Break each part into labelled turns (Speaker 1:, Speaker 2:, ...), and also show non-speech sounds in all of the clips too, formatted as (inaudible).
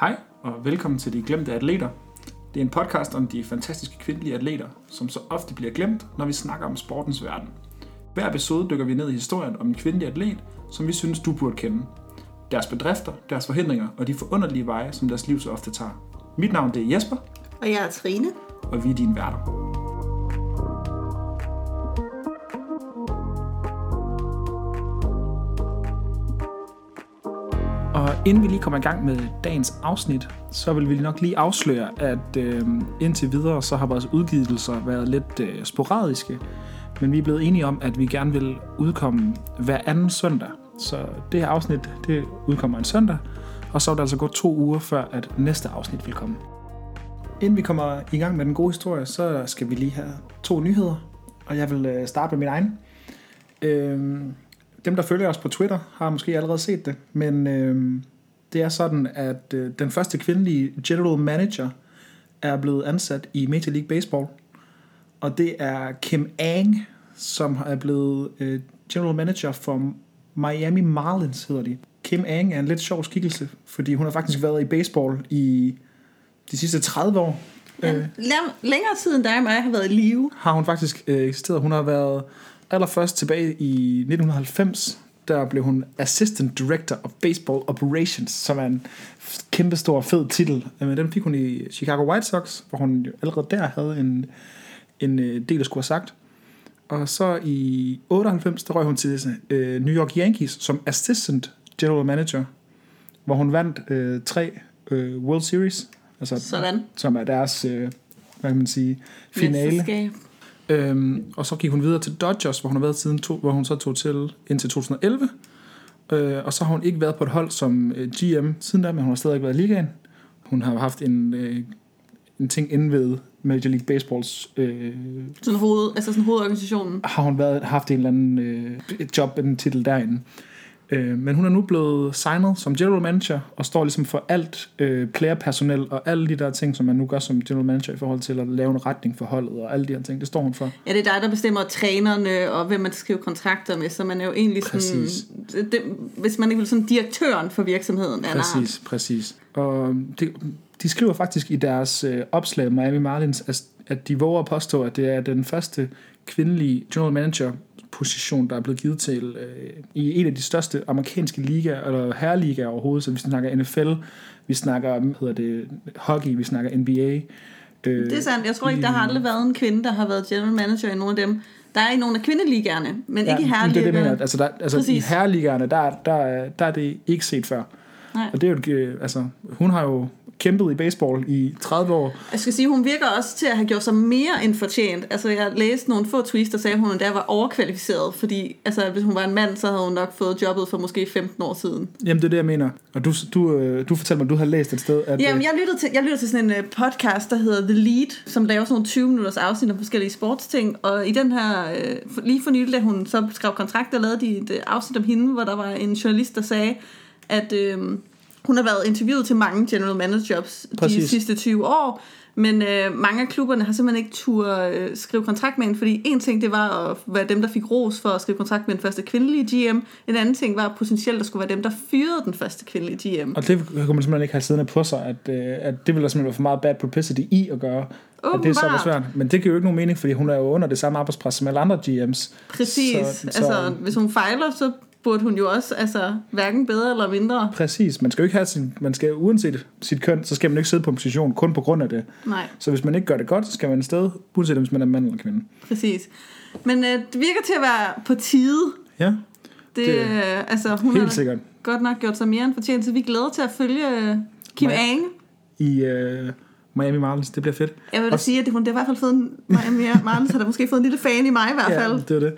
Speaker 1: Hej og velkommen til De Glemte Atleter. Det er en podcast om de fantastiske kvindelige atleter, som så ofte bliver glemt, når vi snakker om sportens verden. Hver episode dykker vi ned i historien om en kvindelig atlet, som vi synes, du burde kende. Deres bedrifter, deres forhindringer og de forunderlige veje, som deres liv så ofte tager. Mit navn det er Jesper,
Speaker 2: Og jeg er Trine.
Speaker 1: og vi er dine værter. Og inden vi lige kommer i gang med dagens afsnit, så vil vi nok lige afsløre, at øh, indtil videre så har vores udgivelser været lidt øh, sporadiske, men vi er blevet enige om, at vi gerne vil udkomme hver anden søndag. Så det her afsnit, det udkommer en søndag, og så er der altså gået to uger før, at næste afsnit vil komme. Inden vi kommer i gang med den gode historie, så skal vi lige have to nyheder, og jeg vil øh, starte med min egen. Øhm, dem, der følger os på Twitter, har måske allerede set det, men øhm, det er sådan, at øh, den første kvindelige general manager er blevet ansat i Major League Baseball, og det er Kim Ang, som er blevet øh, general manager for Miami Marlins, hedder de. Kim Ang er en lidt sjov skikkelse, fordi hun har faktisk været i baseball i de sidste 30 år. Øh,
Speaker 2: Læ- længere tid end dig og mig har været i live.
Speaker 1: har hun faktisk øh, eksisteret. Hun har været allerførst tilbage i 1990, der blev hun Assistant Director of Baseball Operations, som er en f- kæmpestor fed titel. Øh, Men den fik hun i Chicago White Sox, hvor hun jo allerede der havde en, en øh, del at skulle have sagt. Og så i 98, der røg hun til øh, New York Yankees som Assistant General Manager, hvor hun vandt øh, tre øh, World Series, altså,
Speaker 2: Sådan.
Speaker 1: som er deres øh, hvad kan man sige, finale.
Speaker 2: Mesterskab.
Speaker 1: Øhm, og så gik hun videre til Dodgers, hvor hun har været siden to, hvor hun så tog til indtil 2011. Øh, og så har hun ikke været på et hold som øh, GM siden da, men hun har stadig ikke været i ligaen. Hun har haft en, øh, en ting inde ved Major League Baseballs. Øh,
Speaker 2: Sådan, hoved, altså sådan hovedorganisationen.
Speaker 1: har hun været, haft en eller anden øh, et job, en titel derinde. Øh, men hun er nu blevet signet som general manager, og står ligesom for alt øh, playerpersonel og alle de der ting, som man nu gør som general manager i forhold til at lave en retning for holdet og alle de her ting. Det står hun for.
Speaker 2: Ja, det er dig, der bestemmer trænerne og hvem man skal skrive kontrakter med, så man er jo egentlig sådan...
Speaker 1: Præcis.
Speaker 2: Det, det, hvis man ikke vil sådan direktøren for virksomheden. Eller,
Speaker 1: Præcis, præcis. Og de, de skriver faktisk i deres øh, opslag, Miami Marlins, at, at de våger at påstå, at det er den første kvindelige general manager position, der er blevet givet til øh, i en af de største amerikanske ligaer, eller herreligaer overhovedet, så vi snakker NFL, vi snakker, hvad hedder det, hockey, vi snakker NBA. Øh,
Speaker 2: Det er sandt. Jeg tror ikke, der har aldrig været en kvinde, der har været general manager i nogen af dem. Der er i nogle af kvindeligaerne, men ikke
Speaker 1: men
Speaker 2: i
Speaker 1: Det er det, jeg
Speaker 2: herreligaerne.
Speaker 1: mener. Altså, der, altså i
Speaker 2: Præcis.
Speaker 1: herreligerne, der, der, er- der er det ikke set før.
Speaker 2: Nej.
Speaker 1: Og det er jo, et, øh, altså, hun har jo kæmpet i baseball i 30 år,
Speaker 2: Jeg skal sige, hun virker også til at have gjort sig mere end fortjent. Altså, jeg læste nogle få tweets, der sagde, at hun endda var overkvalificeret, fordi altså, hvis hun var en mand, så havde hun nok fået jobbet for måske 15 år siden.
Speaker 1: Jamen, det er det, jeg mener. Og du, du, øh, du fortalte mig, at du har læst et sted, at...
Speaker 2: Jamen,
Speaker 1: øh,
Speaker 2: jeg lyttede til, jeg lyttede til sådan en øh, podcast, der hedder The Lead, som laver sådan nogle 20-minutters afsnit om forskellige sportsting, og i den her, øh, for- lige for nylig, da hun så skrev kontrakt, der lavede de et øh, afsnit om hende, hvor der var en journalist, der sagde, at øh, hun har været interviewet til mange general manager jobs de
Speaker 1: Præcis.
Speaker 2: sidste 20 år, men øh, mange af klubberne har simpelthen ikke tur øh, skrive kontrakt med hende, fordi en ting det var at være dem, der fik ros for at skrive kontrakt med den første kvindelige GM, en anden ting var potentielt, at skulle være dem, der fyrede den første kvindelige GM.
Speaker 1: Og det kunne man simpelthen ikke have siddende på sig, at, øh, at det ville der simpelthen være for meget bad publicity i at gøre. At det er så var
Speaker 2: Åbenbart.
Speaker 1: svært. Men det giver jo ikke nogen mening, fordi hun er jo under det samme arbejdspres som alle andre GM's.
Speaker 2: Præcis.
Speaker 1: Så, så,
Speaker 2: altså, hvis hun fejler, så burde hun jo også, altså, hverken bedre eller mindre.
Speaker 1: Præcis. Man skal jo ikke have sin... Man skal uanset sit køn, så skal man ikke sidde på en position kun på grund af det.
Speaker 2: Nej,
Speaker 1: Så hvis man ikke gør det godt, så skal man et sted, uanset om man er mand eller kvinde.
Speaker 2: præcis. Men øh, det virker til at være på tide.
Speaker 1: Ja,
Speaker 2: Det,
Speaker 1: Det-
Speaker 2: det øh, altså, hun har
Speaker 1: helt sikkert.
Speaker 2: godt nok gjort sig mere end fortjent, så vi glæder til at følge øh, Kim
Speaker 1: Nej.
Speaker 2: Ang.
Speaker 1: I øh, Miami Marlins, det bliver fedt.
Speaker 2: Jeg vil da
Speaker 1: Og-
Speaker 2: sige, at det, hun det har i hvert fald fået en, mig mere, Marlens har da måske fået en lille fan i mig i hvert fald.
Speaker 1: Ja, det er det.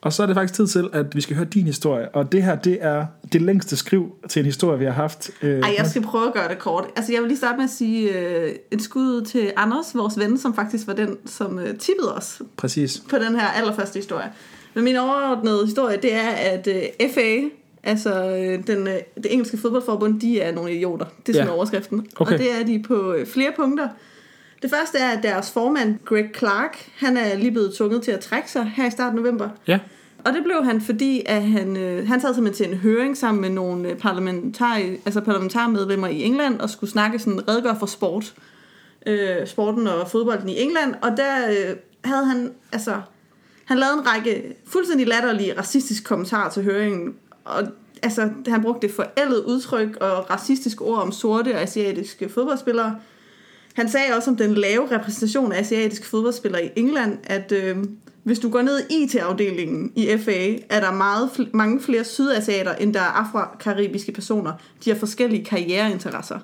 Speaker 1: Og så er det faktisk tid til, at vi skal høre din historie. Og det her, det er det længste skriv til en historie, vi har haft. Øh,
Speaker 2: Ej, jeg skal prøve at gøre det kort. Altså, jeg vil lige starte med at sige øh, et skud til Anders, vores ven, som faktisk var den, som øh, tippede os
Speaker 1: Præcis.
Speaker 2: på den her allerførste historie. Men min overordnede historie, det er, at øh, FA, altså øh, den, øh, det engelske fodboldforbund, de er nogle idioter. Det er sådan
Speaker 1: Ja.
Speaker 2: overskriften.
Speaker 1: Okay.
Speaker 2: Og det er de på øh, flere punkter. Det første er, at deres formand, Greg Clark, han er lige blevet tvunget til at trække sig her i starten af november.
Speaker 1: Ja.
Speaker 2: Og det blev han, fordi at han, øh, han sad simpelthen til en høring sammen med nogle øh, parlamentar, altså parlamentarmedlemmer i England og skulle snakke sådan, redegøre for sport. Øh, sporten og fodbolden i England. Og der øh, havde han, altså, han lavede en række fuldstændig latterlige racistiske kommentarer til høringen. Og altså, han brugte forældet udtryk og racistiske ord om sorte og asiatiske fodboldspillere. Han sagde også om den lave repræsentation af asiatiske fodboldspillere i England, at øh, hvis du går ned i IT-afdelingen i FA, er der meget fl- mange flere sydasiater, end der er afrokaribiske personer. De har forskellige karriereinteresser.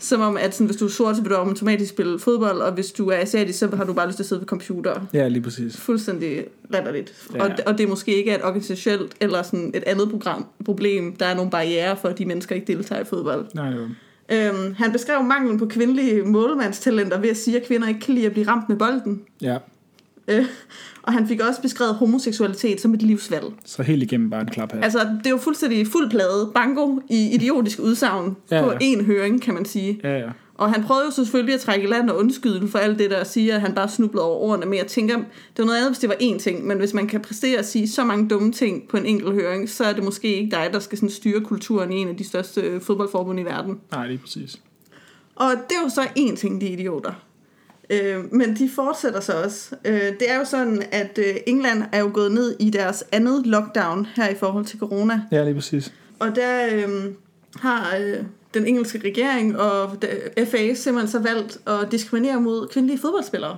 Speaker 2: Som om, at sådan, hvis du er sort, så vil du automatisk spille fodbold, og hvis du er asiatisk, så har du bare lyst til at sidde ved computer.
Speaker 1: Ja, lige præcis.
Speaker 2: Fuldstændig latterligt.
Speaker 1: Ja.
Speaker 2: Ja. Og, og det er måske ikke et organisationelt eller sådan et andet program, problem. Der er nogle barriere for, at de mennesker ikke deltager i fodbold.
Speaker 1: Nej, det var...
Speaker 2: Øhm, han beskrev manglen på kvindelige målmandstalenter ved at sige, at kvinder ikke kan lide at blive ramt med bolden.
Speaker 1: Ja,
Speaker 2: Øh, og han fik også beskrevet homoseksualitet som et livsvalg.
Speaker 1: så helt igennem bare et klap her.
Speaker 2: Altså, det er jo fuldstændig fuld plade, bango, i idiotisk udsagn
Speaker 1: Ja,
Speaker 2: ja, på
Speaker 1: ja.
Speaker 2: én høring, kan man sige.
Speaker 1: Ja, ja.
Speaker 2: Og han prøvede jo selvfølgelig at trække i land og undskylde for alt det der, og sige, at han bare snublede over ordene, men jeg tænker, det var noget andet, hvis det var én ting, men hvis man kan præstere at sige så mange dumme ting på en enkelt høring, så er det måske ikke dig, der skal sådan styre kulturen i en af de største øh, fodboldforbund i verden.
Speaker 1: Nej, lige præcis.
Speaker 2: Og det er jo så en ting, de er idioter. Øh, men de fortsætter så også. Øh, det er jo sådan, at øh, England er jo gået ned i deres andet lockdown her i forhold til corona.
Speaker 1: Ja, lige præcis.
Speaker 2: Og der øh, har øh, den engelske regering og da- FA simpelthen så valgt at diskriminere mod kvindelige fodboldspillere.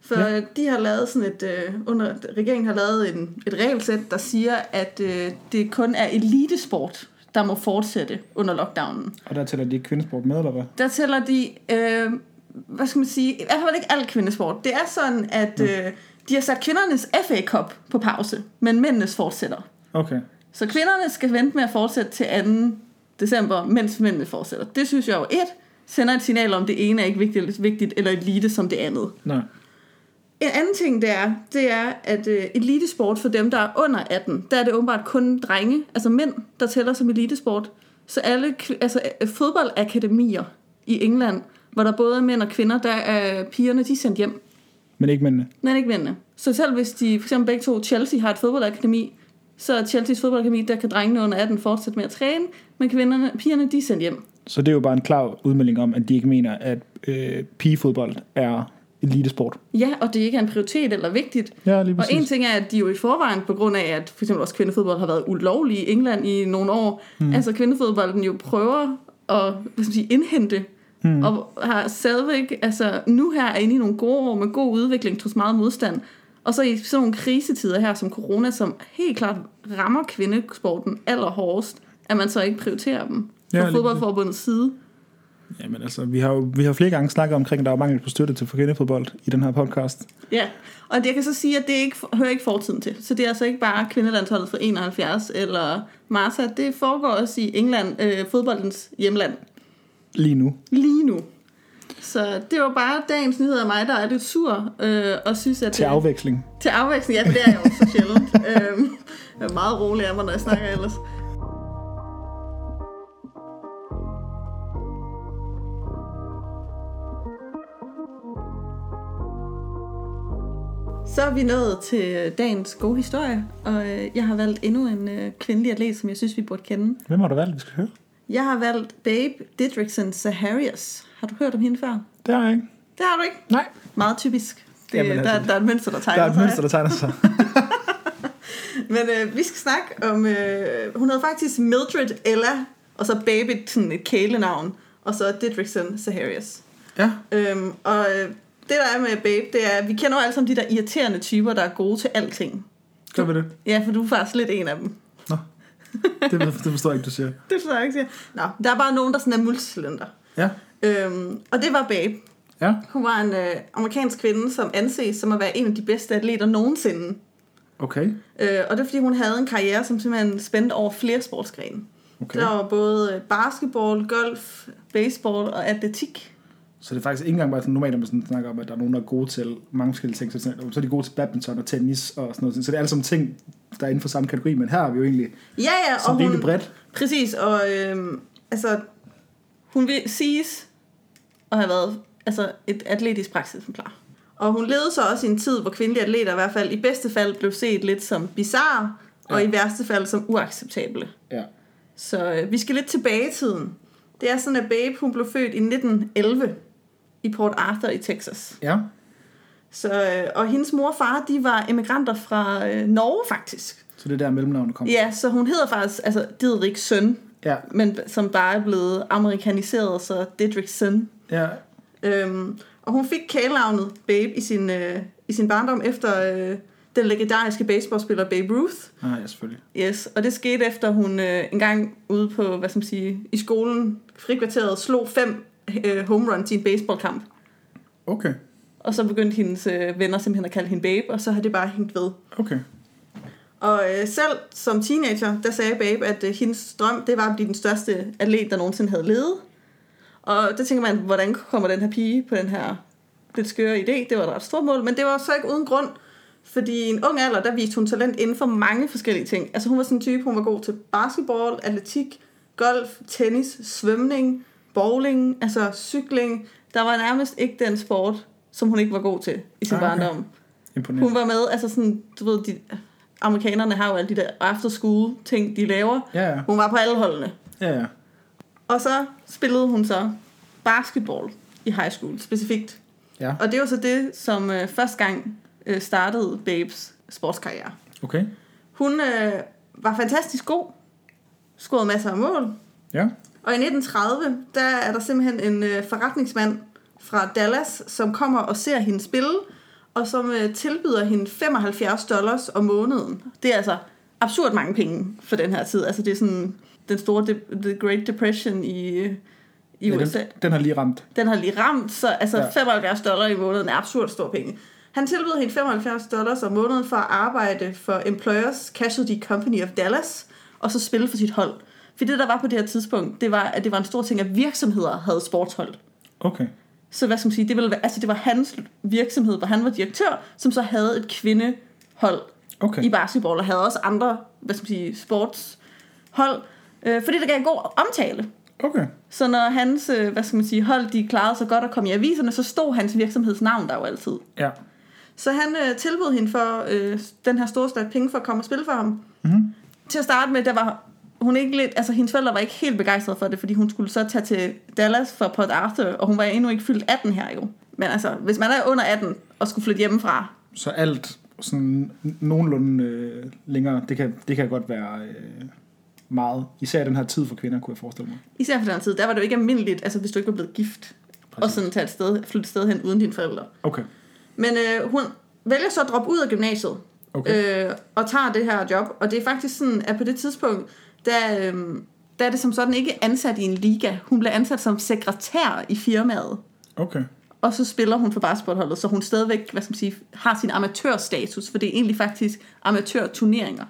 Speaker 2: For
Speaker 1: Ja.
Speaker 2: ja. de har lavet sådan et, øh, under, regeringen har lavet en, et regelsæt, der siger, at øh, det kun er elitesport, der må fortsætte under lockdownen
Speaker 1: Og der tæller de ikke kvindesport med, eller hvad?
Speaker 2: der tæller de, øh, hvad skal man sige, i hvert fald ikke al kvindesport. Det er sådan, at øh, de har sat kvindernes FA Cup på pause, men mændenes fortsætter.
Speaker 1: Okay.
Speaker 2: Så kvinderne skal vente med at fortsætte til 2. december, mens mændene fortsætter. Det synes jeg jo et sender et signal om, det ene er ikke vigtigt, vigtigt eller elite som det andet.
Speaker 1: Nej.
Speaker 2: En anden ting, det er, det er at øh, elitesport for dem, der er under 18, der er det åbenbart kun drenge, altså mænd, der tæller som elitesport. Så alle kv- altså, øh, fodboldakademier i England, hvor der både er mænd og kvinder, der er pigerne, de er sendt hjem.
Speaker 1: Men ikke mændene.
Speaker 2: Men ikke mændene. Så selv hvis de, for eksempel begge to, Chelsea har et fodboldakademi, så er Chelseas fodboldakademi, der kan drengene under 18 fortsætte med at træne, men kvinderne, pigerne, de er sendt hjem.
Speaker 1: Så det er jo bare en klar udmelding om, at de ikke mener, at øh, pigefodbold er elitesport.
Speaker 2: Ja, og det ikke er en prioritet eller vigtigt.
Speaker 1: Ja, lige
Speaker 2: Og
Speaker 1: præcis.
Speaker 2: en ting er, at de jo i forvejen, på grund af, at for eksempel også kvindefodbold har været ulovlig i England i nogle år,
Speaker 1: Hmm.
Speaker 2: mm. altså kvindefodbolden jo prøver at hvad skal man sige, indhente,
Speaker 1: Hmm.
Speaker 2: mm. og har stadigvæk, altså nu her er inde i nogle gode år med god udvikling, trods meget modstand, og så i sådan nogle krisetider her som corona, som helt klart rammer kvindesporten allerhårdest, at man så ikke prioriterer dem
Speaker 1: Ja,
Speaker 2: fra
Speaker 1: lige
Speaker 2: fodboldforbundets side.
Speaker 1: Jamen altså, vi har jo vi har flere gange snakket omkring, at der er mangel på støtte til kvindefodbold i den her podcast.
Speaker 2: Ja, og jeg kan så sige, at det ikke, hører ikke fortiden til. Så det er altså ikke bare kvindelandsholdet for 71 eller Martha. Det foregår også i England, øh, fodboldens hjemland,
Speaker 1: Lige nu.
Speaker 2: lige nu. Så det var bare dagens nyhed af mig, der er lidt sur øh, og synes, at...
Speaker 1: Til
Speaker 2: det-
Speaker 1: afveksling.
Speaker 2: til afveksling, ja, for det er jeg jo så
Speaker 1: (laughs)
Speaker 2: sjældent. øhm, jeg er meget rolig af mig, når jeg snakker ellers. Så er vi nået til dagens gode historie, og øh, jeg har valgt endnu en øh, kvindelig atlet, som jeg synes, vi burde kende.
Speaker 1: Hvem har du valgt, vi skal høre?
Speaker 2: Jeg har valgt Babe Didrikson Zaharias. Har du hørt om hende før?
Speaker 1: Det har jeg ikke.
Speaker 2: Det har du ikke.
Speaker 1: Nej.
Speaker 2: Meget typisk. Det,
Speaker 1: Jamen, altså,
Speaker 2: der, der er et mønster, der tegner
Speaker 1: Der er et
Speaker 2: sig.
Speaker 1: mønster, der tegner sig.
Speaker 2: Men øh, vi skal snakke om... Øh, hun hedder faktisk Mildred Ella, og så Baby, sådan et kælenavn, og så Didrikson Saharias.
Speaker 1: ja.
Speaker 2: Øhm, og øh, det, der er med Babe, det er, at vi kender jo alle sammen de der irriterende typer, der er gode til alting.
Speaker 1: Gør vi det?
Speaker 2: Ja, for du er faktisk lidt en af dem.
Speaker 1: Nå. Det, ved- det forstår jeg ikke, du siger.
Speaker 2: Det forstår jeg ikke, siger. Nå, der er bare nogen, der sådan er multitalenter.
Speaker 1: Ja.
Speaker 2: Øhm, og det var Babe.
Speaker 1: Ja.
Speaker 2: Hun var en øh, amerikansk kvinde, som anses som at være en af de bedste atleter nogensinde.
Speaker 1: Okay.
Speaker 2: Øh, og det er, fordi hun havde en karriere, som simpelthen spændte over flere sportsgrene.
Speaker 1: Okay.
Speaker 2: Okay. Der var både øh, basketball, golf, baseball og atletik.
Speaker 1: Så det er faktisk ikke engang bare sådan normalt, når man sådan snakker om, at der er nogen, der er gode til mange forskellige ting. Så, er det sådan, så er de gode til badminton og tennis og sådan noget. Så det er alle sammen ting, der er inden for samme kategori. Men her er vi jo egentlig
Speaker 2: Ja, ja,
Speaker 1: sådan
Speaker 2: og hun...
Speaker 1: rimelig bredt.
Speaker 2: Præcis, og øhm, altså, hun vil siges at have været altså, et atletisk praksisemplar. Og hun levede så også i en tid, hvor kvindelige atleter i hvert fald i bedste fald blev set lidt som bizarre, og
Speaker 1: Ja.
Speaker 2: i værste fald som uacceptable.
Speaker 1: Ja.
Speaker 2: Så øh, vi skal lidt tilbage i tiden. Det er sådan, at Babe hun blev født i 1911 i Port Arthur i Texas.
Speaker 1: Ja.
Speaker 2: Så, øh, og hendes mor og far, de var emigranter fra øh, Norge faktisk.
Speaker 1: Så det er der mellemnavnet kommer.
Speaker 2: Ja, så hun hedder faktisk, altså Didriks søn,
Speaker 1: Ja.
Speaker 2: men som bare er blevet amerikaniseret, så Didriks søn.
Speaker 1: Ja.
Speaker 2: Øhm, og hun fik kælenavnet Babe i sin, øh, i sin barndom efter øh, den legendariske baseballspiller Babe Ruth.
Speaker 1: Ah, ja, selvfølgelig.
Speaker 2: Yes, og det skete efter hun øh, en gang ude på, hvad skal man sige, i skolen, frikvarteret, slog fem øh, home runs i en baseballkamp.
Speaker 1: Okay.
Speaker 2: Og så begyndte hendes øh, venner simpelthen at kalde hende Babe, og så har det bare hængt ved.
Speaker 1: Okay.
Speaker 2: Og øh, selv som teenager, der sagde Babe, at øh, hendes drøm, det var at blive den største atlet, der nogensinde havde levet. Og der tænker man, hvordan kommer den her pige på den her lidt skøre idé? Det var et ret stort mål, men det var så ikke uden grund. Fordi i en ung alder, der viste hun talent inden for mange forskellige ting. Altså hun var sådan en type, hun var god til basketball, atletik, golf, tennis, svømning, bowling, altså cykling. Der var nærmest ikke den sport, som hun ikke var god til i sin
Speaker 1: Ah, okay.
Speaker 2: barndom.
Speaker 1: Imponerende.
Speaker 2: Hun var med, altså sådan, du ved, de, amerikanerne har jo alle de der after school ting, de laver.
Speaker 1: Ja, ja.
Speaker 2: Hun var på alle holdene.
Speaker 1: Ja, ja.
Speaker 2: Og så spillede hun så basketball i high school specifikt.
Speaker 1: Ja.
Speaker 2: Og det var så det, som øh, første gang øh, startede Babes sportskarriere.
Speaker 1: Okay.
Speaker 2: Hun øh, var fantastisk god, scorede masser af mål,
Speaker 1: Ja.
Speaker 2: og i 1930, der er der simpelthen en øh, forretningsmand fra Dallas, som kommer og ser hende spille, og som øh, tilbyder hende 75 dollars om måneden. Det er altså absurd mange penge for den her tid. Altså det er sådan den store de- The Great Depression i, øh, i
Speaker 1: ja
Speaker 2: USA.
Speaker 1: den, den har lige ramt.
Speaker 2: Den har lige ramt, så altså
Speaker 1: Ja.
Speaker 2: ja. 75 dollar i måneden er absurd stor penge. Han tilbød hende 75 dollars om måneden for at arbejde for Employers Casualty Company of Dallas, og så spille for sit hold. For det, der var på det her tidspunkt, det var, at det var en stor ting, at virksomheder havde sportshold.
Speaker 1: Okay.
Speaker 2: Så hvad skal man sige, det, ville være, altså det var hans virksomhed, hvor han var direktør, som så havde et kvindehold
Speaker 1: Okay.
Speaker 2: i basketball, og havde også andre, hvad skal man sige, sportshold. Øh, fordi det gav god omtale.
Speaker 1: Okay.
Speaker 2: Så når hans, øh, hvad skal man sige, hold, de klarede sig godt og kom i aviserne, så stod hans virksomhedsnavn der jo altid.
Speaker 1: Ja.
Speaker 2: Så han øh, tilbød hende for øh, den her store slat penge for at komme og spille for ham.
Speaker 1: Mhm.
Speaker 2: Til at starte med, der var hun ikke lidt, altså hendes forældre var ikke helt begejstrede for det, fordi hun skulle så tage til Dallas for Port Arthur, og hun var endnu ikke fyldt 18 her jo. Men altså, hvis man er under 18 og skulle flytte hjemmefra,
Speaker 1: Så alt sådan nogenlunde øh, længere, det kan, det kan godt være øh, meget. Især i den her tid for kvinder, kunne jeg forestille mig.
Speaker 2: især for den tid, der var det jo ikke almindeligt, altså hvis du ikke var blevet gift, Præcis. og sådan tage et sted, flytte et sted hen uden dine forældre.
Speaker 1: Okay.
Speaker 2: Men øh, hun vælger så at droppe ud af gymnasiet,
Speaker 1: Okay.
Speaker 2: øh, og tager det her job. Og det er faktisk sådan, at på det tidspunkt, der, øh, der er det som sådan ikke ansat i en liga. Hun bliver ansat som sekretær i firmaet,
Speaker 1: Okay.
Speaker 2: og så spiller hun for basketballholdet, så hun stadigvæk hvad skal man sige, har sin amatørstatus, for det er egentlig faktisk amatørturneringer.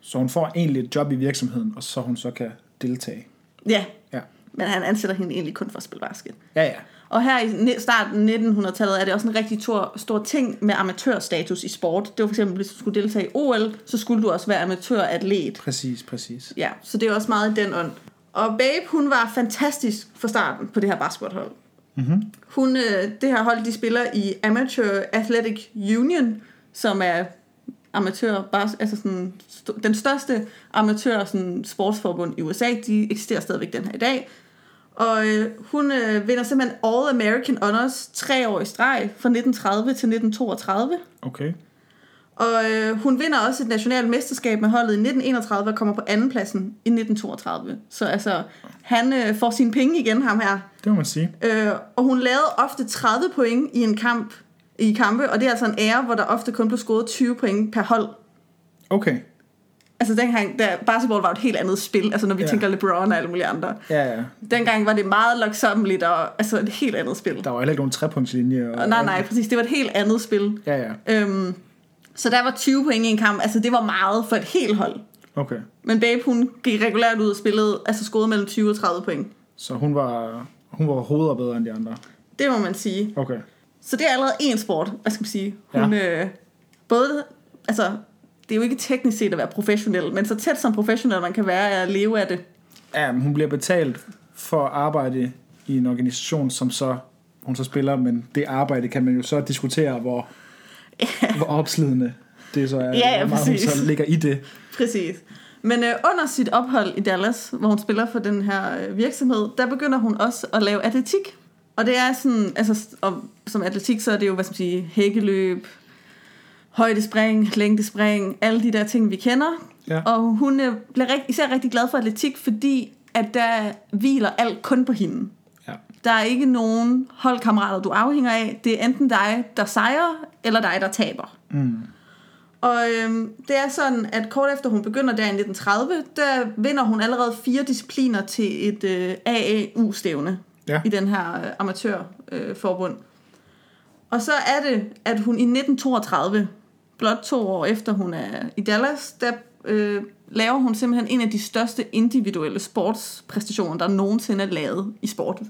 Speaker 1: Så hun får egentlig et job i virksomheden, og så hun så kan deltage.
Speaker 2: Ja,
Speaker 1: Ja.
Speaker 2: men han ansætter hende egentlig kun for at spille basket.
Speaker 1: Ja, ja.
Speaker 2: Og her i ne- starten af 1900-tallet er det også en rigtig tor, stor ting med amatørstatus i sport. Det var for eksempel, hvis du skulle deltage i OL, så skulle du også være amatøratlet.
Speaker 1: Præcis, præcis.
Speaker 2: Ja, så det er også meget i den ånd. Og Babe, hun var fantastisk fra starten på det her basketballhold.
Speaker 1: Mhm.
Speaker 2: Hun, øh, det her hold, de spiller i Amateur Athletic Union, som er amatør, bas, altså sådan, st- den største amatør sådan, sportsforbund i USA. De eksisterer stadigvæk den her i dag. Og øh, hun øh, vinder simpelthen All American Honors tre år i streg fra 1930 til 1932.
Speaker 1: Okay.
Speaker 2: Og øh, hun vinder også et nationalt mesterskab med holdet i 1931 og kommer på andenpladsen i 1932. Så altså, han øh, får sine penge igen, ham her.
Speaker 1: Det må man sige.
Speaker 2: Øh, og hun lavede ofte 30 point i en kamp i kampe, og det er altså en ære, hvor der ofte kun blev scoret 20 point per hold.
Speaker 1: Okay.
Speaker 2: Altså dengang, der basketball var jo et helt andet spil, altså når vi
Speaker 1: Ja.
Speaker 2: ja. tænker LeBron og alle mulige andre.
Speaker 1: Ja, ja.
Speaker 2: Dengang var det meget langsommeligt og altså et helt andet spil.
Speaker 1: Der var heller ikke nogen trepunktslinje.
Speaker 2: Og nej, nej, præcis, det var et helt andet spil.
Speaker 1: Ja, ja.
Speaker 2: Øhm, så der var 20 point i en kamp, altså det var meget for et helt hold.
Speaker 1: Okay.
Speaker 2: Men Babe, hun gik regulært ud og spillede, altså scorede mellem 20 og 30 point.
Speaker 1: Så hun var, hun var hoveder bedre end de andre.
Speaker 2: Det må man sige.
Speaker 1: Okay.
Speaker 2: Så det er allerede en sport, hvad skal man sige. Hun, ja. øh, både, altså, det er jo ikke teknisk set at være professionel, men så tæt som professionel man kan være er at leve af det.
Speaker 1: Ja, men hun bliver betalt for at arbejde i en organisation, som så hun så spiller, men det arbejde kan man jo så diskutere, hvor, yeah. hvor opslidende det så er,
Speaker 2: Ja, ja,
Speaker 1: hvor meget hun
Speaker 2: præcis.
Speaker 1: så ligger i det.
Speaker 2: Præcis. Men øh, under sit ophold i Dallas, hvor hun spiller for den her øh, virksomhed, der begynder hun også at lave atletik. Og det er sådan, altså s- og, som atletik, så er det jo, hvad skal man sige, hækkeløb, højdespring, længdespring, alle de der ting, vi kender.
Speaker 1: Ja.
Speaker 2: Og hun øh, bliver rigt, især rigtig glad for atletik, fordi at der hviler alt kun på hende.
Speaker 1: Ja.
Speaker 2: Der er ikke nogen holdkammerater, du afhænger af. Det er enten dig, der sejrer, eller dig, der taber. Mm. Og øhm, det er sådan, at kort efter hun begynder der i 1930, der vinder hun allerede fire discipliner til et øh, AAU-stævne
Speaker 1: Ja.
Speaker 2: i den her øh, amatørforbund. Øh, forbund. og så er det, at hun i 1932, blot to år efter hun er i Dallas, der øh, laver hun simpelthen en af de største individuelle sportspræstationer, der nogensinde er lavet i sport,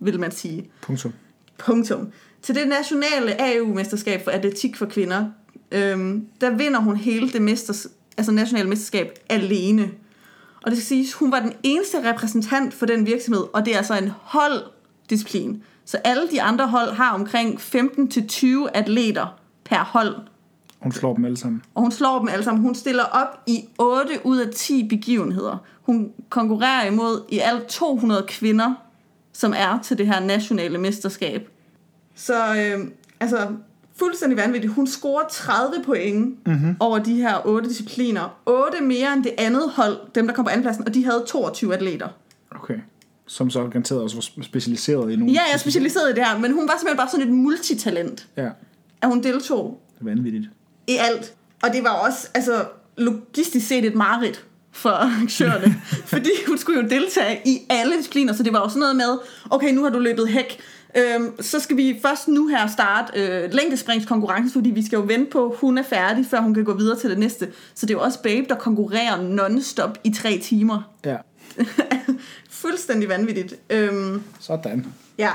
Speaker 2: vil man sige.
Speaker 1: Punktum.
Speaker 2: Punktum. Til det nationale AU-mesterskab for atletik for kvinder, øhm, der vinder hun hele det mesters, altså nationale mesterskab alene. Og det skal siges, hun var den eneste repræsentant for den virksomhed, og det er altså en holddisciplin. Så alle de andre hold har omkring 15-20 atleter per hold,
Speaker 1: Hun slår dem alle sammen.
Speaker 2: og hun slår dem alle sammen. Hun stiller op i 8 ud af 10 begivenheder. Hun konkurrerer imod i alt 200 kvinder, som er til det her nationale mesterskab. Så øh, altså, fuldstændig vanvittigt. Hun scorer 30 point mm-hmm. over de her 8 discipliner. 8 mere end det andet hold, dem der kom på andenpladsen, og de havde 22 atleter.
Speaker 1: Okay. Som så garanteret også var specialiseret i nogle...
Speaker 2: Ja, jeg er specialiseret i det her, men hun var simpelthen bare sådan et multitalent,
Speaker 1: Ja,
Speaker 2: at hun deltog
Speaker 1: vanvittigt.
Speaker 2: i alt. Og det var også, altså, logistisk set et mareridt for (laughs) arrangørerne. fordi hun skulle jo deltage i alle discipliner, så det var jo sådan noget med, okay, nu har du løbet hæk, øhm, så skal vi først nu her starte øh, længdespringskonkurrencen, fordi vi skal jo vente på, hun er færdig, før hun kan gå videre til det næste. Så det er jo også Babe, der konkurrerer non-stop i tre timer. (laughs)
Speaker 1: Ja,
Speaker 2: Fuldstændig vanvittigt. Øhm,
Speaker 1: sådan.
Speaker 2: Ja.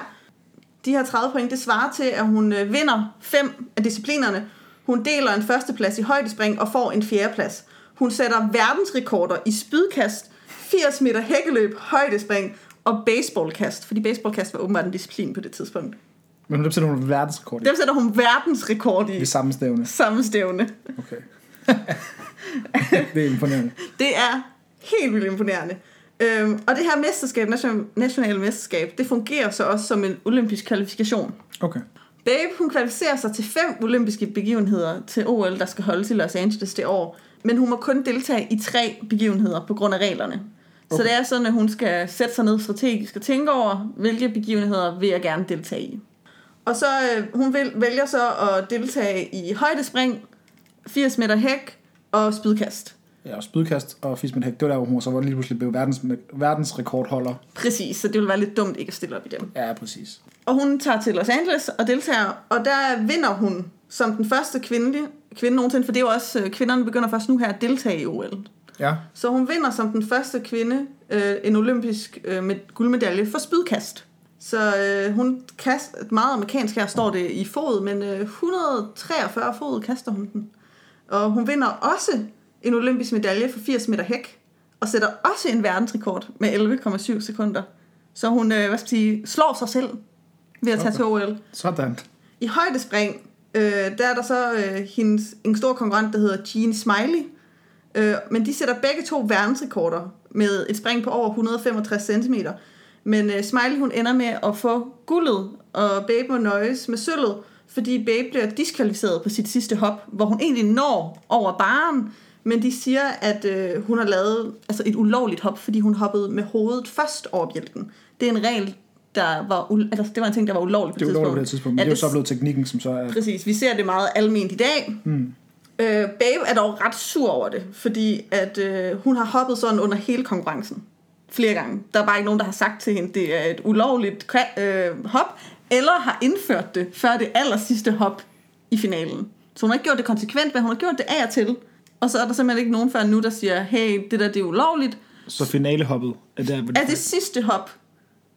Speaker 2: De her 30 point, det svarer til, at hun øh, vinder fem af disciplinerne. Hun deler en førsteplads i højdespring og får en fjerdeplads. Hun sætter verdensrekorder i spydkast, 80 meter hækkeløb, højdespring og baseballkast. Fordi baseballkast var åbenbart en disciplin på det tidspunkt.
Speaker 1: Men dem sætter hun verdensrekord i.
Speaker 2: Dem sætter hun verdensrekord i
Speaker 1: I samme stævne.
Speaker 2: samme stævne.
Speaker 1: Okay. (laughs) det er imponerende.
Speaker 2: Det er helt vildt imponerende. Øhm, og det her mesterskab, nation- nationale mesterskab, det fungerer så også som en olympisk kvalifikation.
Speaker 1: Okay.
Speaker 2: Babe, hun kvalificerer sig til fem olympiske begivenheder til OL, der skal holdes i Los Angeles det år. Men hun må kun deltage i tre begivenheder på grund af reglerne. Okay. Så det er sådan, at hun skal sætte sig ned strategisk og tænke over, hvilke begivenheder vil jeg gerne deltage i. Og så øh, hun vil, vælger så at deltage i højdespring, 80 meter hæk og spydkast.
Speaker 1: Ja, og spydkast og fisk med hæk, det var der, hvor hun så var lige pludselig blev verdens, verdensrekordholder.
Speaker 2: Præcis, så det ville være lidt dumt ikke at stille op i dem.
Speaker 1: Ja, præcis.
Speaker 2: Og hun tager til Los Angeles og deltager, og der vinder hun som den første kvindelige, kvinde nogensinde, for det er jo også, øh, kvinderne begynder først nu her at deltage i OL.
Speaker 1: Ja,
Speaker 2: Så hun vinder som den første kvinde øh, en olympisk øh, med guldmedalje for spydkast. Så øh, hun kast meget amerikansk her står det i fod, men øh, 143 fod kaster hun den. Og hun vinder også en olympisk medalje for 80 meter hæk, og sætter også en verdensrekord med 11,7 sekunder. Så hun øh, hvad skal jeg sige, slår sig selv ved at tage
Speaker 1: Okay.
Speaker 2: til OL.
Speaker 1: sådan.
Speaker 2: I højdespring, øh, der er der så øh, hendes, en stor konkurrent, der hedder Jean Smiley. Øh, men de sætter begge to verdensrekorder med et spring på over 165 cm. Men øh, Smiley hun ender med at få guldet, og Babe må nøjes med sølvet, fordi Babe bliver diskvalificeret på sit sidste hop, hvor hun egentlig når over baren, men de siger, at øh, hun har lavet altså et ulovligt hop, fordi hun hoppede med hovedet først over bjælken. Det er en regel, der var, ul- altså, det var en ting, der var ulovlig på
Speaker 1: Det er jo lovligt på det tidspunkt, men
Speaker 2: Ja,
Speaker 1: det er jo så blevet teknikken, som så er...
Speaker 2: Præcis, vi ser det meget almindeligt i dag. Mm. Øh, Babe er dog ret sur over det, fordi at øh, hun har hoppet sådan under hele konkurrencen flere gange. Der er bare ikke nogen, der har sagt til hende, det er et ulovligt kva- øh, hop, eller har indført det før det aller sidste hop i finalen. Så hun har ikke gjort det konsekvent, men hun har gjort det af og til. Og så er der simpelthen ikke nogen før nu, der siger, hey, det der det er ulovligt.
Speaker 1: Så finalehoppet er der, hvor de...
Speaker 2: Er det sidste hop,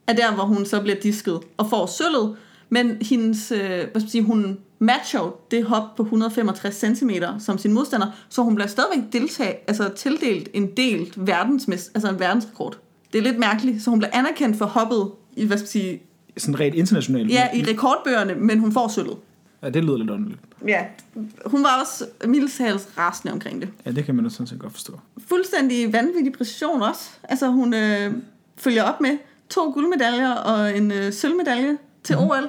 Speaker 2: er der, hvor hun så bliver disket og får sølvet. Men hendes, øh, hvad skal man sige, hun matcher jo det hop på 165 cm som sin modstander, så hun bliver stadigvæk deltag, altså tildelt en del verdensmest, altså en verdensrekord. Det er lidt mærkeligt, så hun bliver anerkendt for hoppet i, hvad skal man sige,
Speaker 1: sådan rent internationalt.
Speaker 2: Ja, i rekordbøgerne, men hun får sølvet.
Speaker 1: ja, det lyder lidt underligt.
Speaker 2: Ja, hun var også mildtals rasende omkring det.
Speaker 1: Ja, det kan man da sådan set godt forstå.
Speaker 2: Fuldstændig vanvittig præcision også. Altså hun øh, følger op med to guldmedaljer og en øh, sølvmedalje til mm. OL.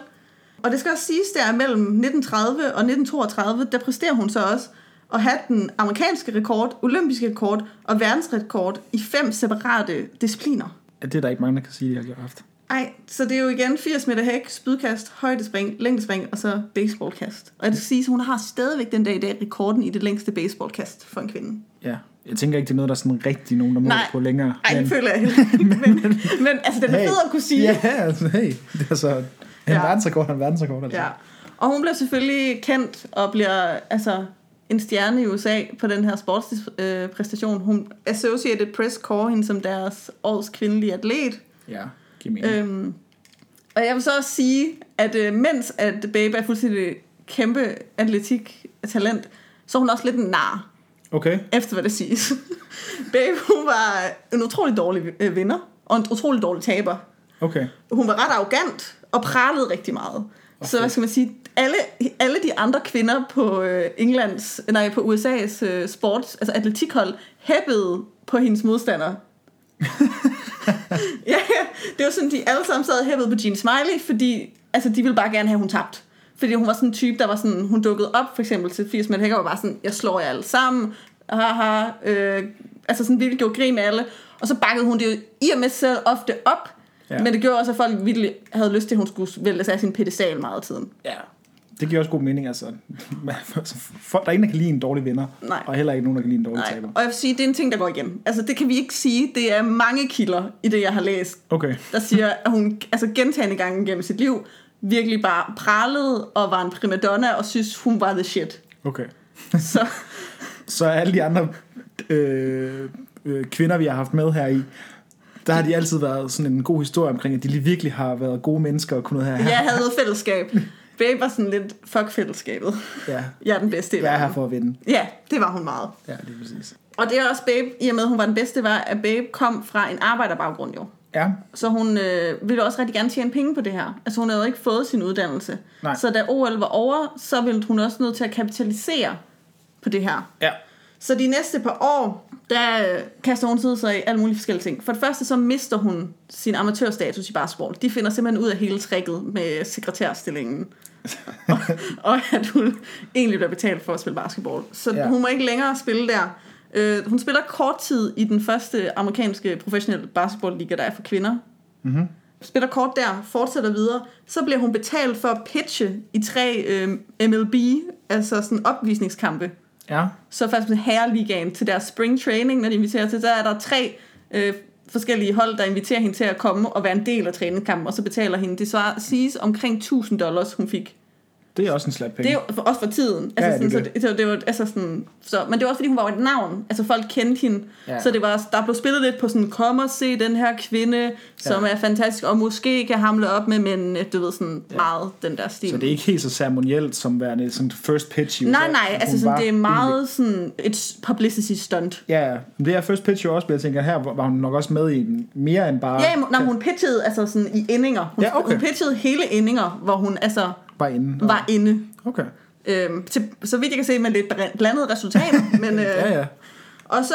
Speaker 2: Og det skal også siges, der mellem 1930 og 1932, der præsterer hun så også at have den amerikanske rekord, olympiske rekord og verdensrekord i fem separate discipliner.
Speaker 1: Ja, det er der ikke mange, der kan sige, at jeg har haft.
Speaker 2: Ej, så det er jo igen 80 meter hæk, spydkast, højdespring, længdespring og så baseballkast. Og det skal siges, at hun har stadigvæk den dag i dag rekorden i det længste baseballkast for en kvinde.
Speaker 1: Ja, jeg tænker ikke, det er noget, der er sådan rigtig nogen, der måler
Speaker 2: Nej.
Speaker 1: på længere.
Speaker 2: Ej, det føler jeg heller ikke. men, men altså, den er fed at kunne sige.
Speaker 1: Ja, altså, hey. Det er så en
Speaker 2: Ja.
Speaker 1: ja. verdensrekord, er en verdensrekord. Altså.
Speaker 2: Ja. Og hun bliver selvfølgelig kendt og bliver altså, en stjerne i USA på den her sportspræstation. Hun Associated Press kårer hende som deres års kvindelige atlet.
Speaker 1: ja giver mening. Øh.
Speaker 2: Øhm, og jeg vil så også sige, at øh, mens at Babe er fuldstændig kæmpe atletik-talent, så er hun også lidt en nar,
Speaker 1: Okay,
Speaker 2: efter hvad det siges. (laughs) Babe, hun var en utrolig dårlig øh, vinder, og en utrolig dårlig taber.
Speaker 1: okay.
Speaker 2: Hun var ret arrogant, og pralede rigtig meget. Okay. Så hvad skal man sige, alle, alle de andre kvinder på øh, Englands, nej, på USA's øh, sports, altså atletikhold, hæppede på hendes modstandere. (laughs) ja, ja, det var sådan, de alle sammen sad og hæppede på Jean Smiley, fordi altså, de ville bare gerne have, hun tabt. Fordi hun var sådan en type, der var sådan, hun dukkede op for eksempel til 80 mænd hækker, var bare sådan, jeg slår jer alle sammen, haha, øh, altså sådan virkelig gjorde grin med alle. Og så bakkede hun det jo i og med selv ofte op, ja.
Speaker 1: Ja.
Speaker 2: men det gjorde også, at folk virkelig havde lyst til, at hun skulle vælge sig af sin pedestal meget af tiden.
Speaker 1: Ja. Det giver også god mening, altså. Folk, der er ingen, der kan lide en dårlig vinder.
Speaker 2: Nej.
Speaker 1: Og heller ikke nogen, der kan lide en dårlig
Speaker 2: Nej,
Speaker 1: taber.
Speaker 2: og jeg vil sige, det er en ting, der går igen. Altså, det kan vi ikke sige. Det er mange kilder i det, jeg har læst,
Speaker 1: Okay,
Speaker 2: der siger, at hun altså gentagende gange gennem sit liv virkelig bare pralede og var en primadonna og synes, hun var the shit.
Speaker 1: okay. (laughs)
Speaker 2: Så
Speaker 1: Så alle de andre øh, øh, kvinder, vi har haft med her i, der har de altid været sådan en god historie omkring, at de lige virkelig har været gode mennesker og kunne noget her.
Speaker 2: jeg havde noget fællesskab. Babe var sådan lidt, fuck fællesskabet.
Speaker 1: ja.
Speaker 2: Jeg er den bedste i
Speaker 1: Jeg er
Speaker 2: verden.
Speaker 1: her for at vinde.
Speaker 2: Ja, det var hun meget.
Speaker 1: Ja, lige præcis.
Speaker 2: Og det er også Babe, i og med, at hun var den bedste, var, at Babe kom fra en arbejderbaggrund jo.
Speaker 1: Ja,
Speaker 2: Så hun øh, ville også rigtig gerne tjene penge på det her. Altså hun havde jo ikke fået sin uddannelse.
Speaker 1: Nej.
Speaker 2: Så da OL var over, så ville hun også nødt til at kapitalisere på det her.
Speaker 1: ja.
Speaker 2: Så de næste par år, der øh, kaster hun tid sig i alle mulige forskellige ting. For det første, så mister hun sin amatørstatus i basketball. De finder simpelthen ud af hele tricket med sekretærstillingen. og, og at hun egentlig bliver betalt for at spille basketball. Så ja.
Speaker 1: Ja.
Speaker 2: hun må ikke længere spille der. Øh, hun spiller kort tid i den første amerikanske professionelle basketballliga, der er for kvinder. Mm-hmm. Spiller kort der, fortsætter videre. Så bliver hun betalt for at pitche i tre øh, MLB, altså sådan opvisningskampe
Speaker 1: Ja,
Speaker 2: så faktisk med herreligaen til deres spring training, når de inviterer til, så er der tre øh, forskellige hold, der inviterer hende til at komme og være en del af træningskampen, og så betaler hende. Det svarer, siges omkring 1000 dollars, hun fik.
Speaker 1: det er også en slat penge.
Speaker 2: Det er jo for, også for tiden.
Speaker 1: Ja,
Speaker 2: Altså,
Speaker 1: ja, det er
Speaker 2: sådan, Så, det, så det var, altså sådan, så, men det var også, fordi hun var et navn. Altså, folk kendte hende. Ja.
Speaker 1: Ja.
Speaker 2: Så det var, også- der blev spillet lidt på sådan, kom og se den her kvinde, som
Speaker 1: Ja.
Speaker 2: er fantastisk, og måske kan hamle op med, men du ved sådan meget den der stil.
Speaker 1: Så det er ikke helt så ceremonielt som værende sådan first pitch. Jo,
Speaker 2: Nej,
Speaker 1: så
Speaker 2: nej,
Speaker 1: hun
Speaker 2: altså sådan,
Speaker 1: var
Speaker 2: det er meget sådan et publicity stunt.
Speaker 1: egentlig- Ja, ja. Men det er first pitch jo også, men jeg tænker, her var var hun nok også med i en- mere end bare
Speaker 2: Ja, jamen, når hun pitchede altså sådan i endinger. Hun,
Speaker 1: Ja, okay.
Speaker 2: hun pitchede hele endinger, hvor hun altså
Speaker 1: var inde.
Speaker 2: var inde.
Speaker 1: Okay,
Speaker 2: Øhm, til, så vidt jeg kan se med lidt bla- blandede
Speaker 1: (laughs)
Speaker 2: resultater. men, øh,
Speaker 1: ja, ja.
Speaker 2: Og så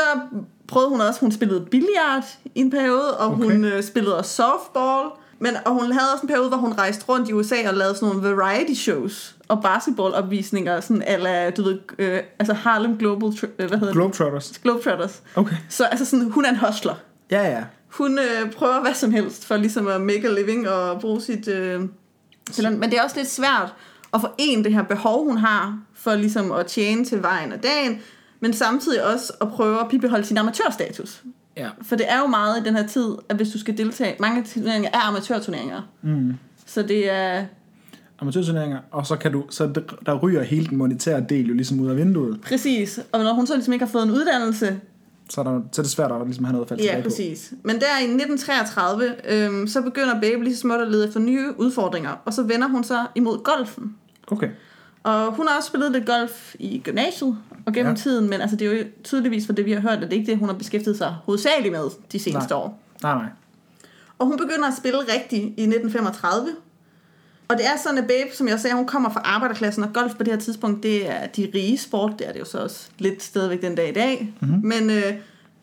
Speaker 2: prøvede hun også, hun spillede billiard i en periode, og okay.
Speaker 1: Okay.
Speaker 2: hun øh, spillede også softball. Men, og hun havde også en periode, hvor hun rejste rundt i USA og lavede sådan nogle variety shows og basketballopvisninger, sådan ala, du ved, øh, altså Harlem Global, Tr- øh, hvad hedder
Speaker 1: Globetrotters.
Speaker 2: det? Globetrotters.
Speaker 1: Okay.
Speaker 2: Så altså sådan, hun er en hustler.
Speaker 1: Ja, ja.
Speaker 2: Hun øh, prøver hvad som helst for ligesom at make a living og bruge sit øh, talent. Men det er også lidt svært at forene det her behov, hun har for ligesom at tjene til vejen og dagen, men samtidig også at prøve at bibeholde sin amatørstatus.
Speaker 1: Ja.
Speaker 2: For det er jo meget i den her tid, at hvis du skal deltage, mange af turneringer er amatørturneringer. Mm. Så det er
Speaker 1: Amatørturneringer, og så kan du, så d- der ryger hele den monetære del jo ligesom ud af vinduet,
Speaker 2: præcis. Og når hun så ligesom ikke har fået en uddannelse,
Speaker 1: så er, der, så er det svært at ligesom have noget at falde
Speaker 2: Ja,
Speaker 1: tilbage
Speaker 2: præcis. Men der i 1933, øhm, så begynder Babe lige så småt at lede efter nye udfordringer, og så vender hun sig imod golfen.
Speaker 1: på. Okay.
Speaker 2: Og hun har også spillet lidt golf i gymnasiet og gennem ja.
Speaker 1: Ja.
Speaker 2: tiden, men altså, det er jo tydeligvis for det, vi har hørt, at det ikke er det, hun har beskæftiget sig hovedsageligt med de seneste Nej.
Speaker 1: Nej.
Speaker 2: år.
Speaker 1: Nej, nej.
Speaker 2: Og hun begynder at spille rigtigt i 1935. Og det er sådan, at Babe, som jeg sagde, hun kommer fra arbejderklassen, og golf på det her tidspunkt, det er de rige sport, det er det jo så også lidt stadigvæk den dag i dag. Mm-hmm. Men øh,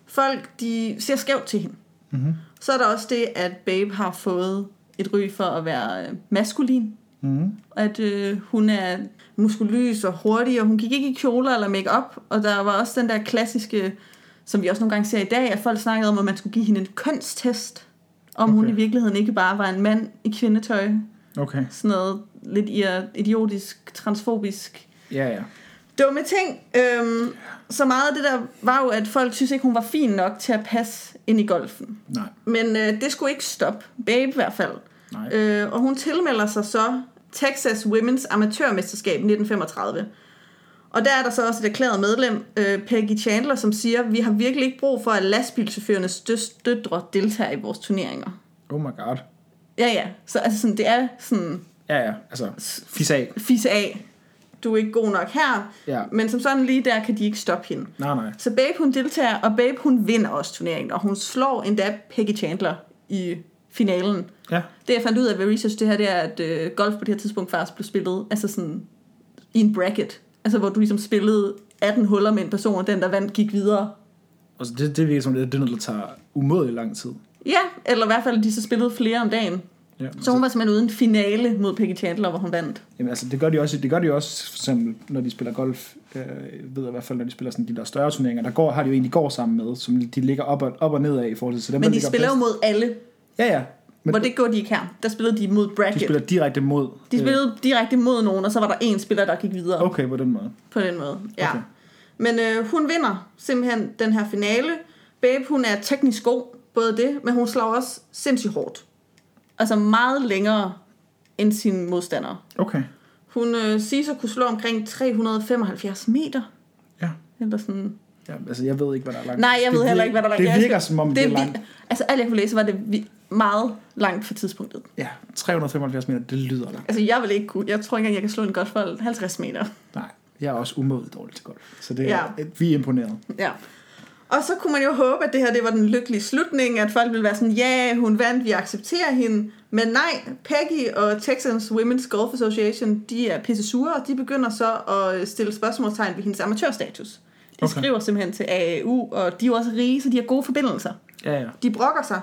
Speaker 2: folk, de ser skævt til hende. Mm-hmm. Så er der også det, at Babe har fået et ry for at være øh, maskulin.
Speaker 1: Mhm.
Speaker 2: Mm-hmm. At øh, hun er muskuløs og hurtig, og hun gik ikke i kjoler eller makeup. Og der var også den der klassiske, som vi også nogle gange ser i dag, at folk snakkede om, at man skulle give hende en kønstest. Om okay. hun
Speaker 1: Okay.
Speaker 2: i virkeligheden ikke bare var en mand i kvindetøj.
Speaker 1: Okay.
Speaker 2: Sådan noget lidt ir- idiotisk, transfobisk
Speaker 1: Ja, ja.
Speaker 2: dumme ting. Øhm, så meget af det der var jo, at folk synes ikke, hun var fin nok til at passe ind i golfen.
Speaker 1: Nej.
Speaker 2: Men øh, det skulle ikke stoppe. Babe i hvert fald.
Speaker 1: Nej.
Speaker 2: Øh, og hun tilmelder sig så Texas Women's Amatørmesterskab 1935. Og der er der så også et erklæret medlem, øh, Peggy Chandler, som siger, vi har virkelig ikke brug for, at lastbilchaufførernes døs- døtre deltager i vores turneringer.
Speaker 1: Oh my god.
Speaker 2: Ja, ja. Så altså, sådan, det er sådan,
Speaker 1: Ja, ja. Altså, fis af.
Speaker 2: fisse af. Du er ikke god nok her.
Speaker 1: Ja.
Speaker 2: Men som sådan lige der kan de ikke stoppe hende.
Speaker 1: Nej, nej.
Speaker 2: Så Babe hun deltager, og Babe hun vinder også turneringen, og hun slår endda Peggy Chandler i finalen.
Speaker 1: Ja.
Speaker 2: Det jeg fandt ud af ved research, det her, det er, at øh, golf på det her tidspunkt faktisk blev spillet altså sådan, i en bracket. Altså hvor du ligesom spillede 18 huller med en person, og den der vandt gik videre.
Speaker 1: Altså, det, det virker som, det, det er noget, der tager umådelig lang tid.
Speaker 2: Ja, eller i hvert fald, de så spillede flere om dagen.
Speaker 1: Ja.
Speaker 2: Så hun var simpelthen uden finale mod Peggy Chandler, hvor hun vandt.
Speaker 1: Jamen, altså, det gør de også, det gør de også for eksempel, når de spiller golf, øh, ved jeg i hvert fald, når de spiller sådan de der større turneringer, der går, har de jo en, de går sammen med, som de ligger op og, op og ned af i forhold til, så dem,
Speaker 2: Men
Speaker 1: der
Speaker 2: de
Speaker 1: ligger
Speaker 2: spiller jo
Speaker 1: bedst-
Speaker 2: mod alle,
Speaker 1: Ja, ja. Men
Speaker 2: hvor det gjorde de ikke her. Der spillede de mod
Speaker 1: de
Speaker 2: bracket.
Speaker 1: spiller direkte mod...
Speaker 2: De spillede direkte mod nogen, og så var der en spiller, der gik videre.
Speaker 1: Øh, okay, på den måde.
Speaker 2: På den måde, ja.
Speaker 1: Okay.
Speaker 2: Okay. Men øh, hun vinder simpelthen den her finale. Babe, hun er teknisk god, både det, men hun slår også sindssygt hårdt. Altså meget længere end sine modstandere.
Speaker 1: Okay.
Speaker 2: Hun øh, siges at kunne slå omkring 375 meter.
Speaker 1: Ja.
Speaker 2: Eller sådan.
Speaker 1: ja. Altså, jeg ved ikke, hvad der er langt.
Speaker 2: Nej, jeg ved
Speaker 1: det
Speaker 2: heller ikke, hvad der er
Speaker 1: Det
Speaker 2: langt.
Speaker 1: virker som om, det, er
Speaker 2: vi-
Speaker 1: langt.
Speaker 2: Altså alt jeg kunne læse var det vi- meget langt for tidspunktet.
Speaker 1: Ja, 375 meter, det lyder langt.
Speaker 2: Altså jeg vil ikke kunne. Jeg tror ikke engang, jeg kan slå en godt for 50 meter.
Speaker 1: Nej, jeg er også umådeligt dårlig til golf. Så det er, ja.
Speaker 2: Ja.
Speaker 1: vi er imponeret.
Speaker 2: Ja. Og så kunne man jo håbe, at det her det var den lykkelige slutning, at folk ville være sådan, ja, hun vandt, vi accepterer hende. Men nej, Peggy og Texans Women's Golf Association, de er pisse sure, og de begynder så at stille spørgsmålstegn ved hendes amatørstatus. De
Speaker 1: Okay.
Speaker 2: okay. skriver simpelthen til AAU, og de er jo også rige, så de har gode forbindelser.
Speaker 1: Ja, ja.
Speaker 2: De brokker sig.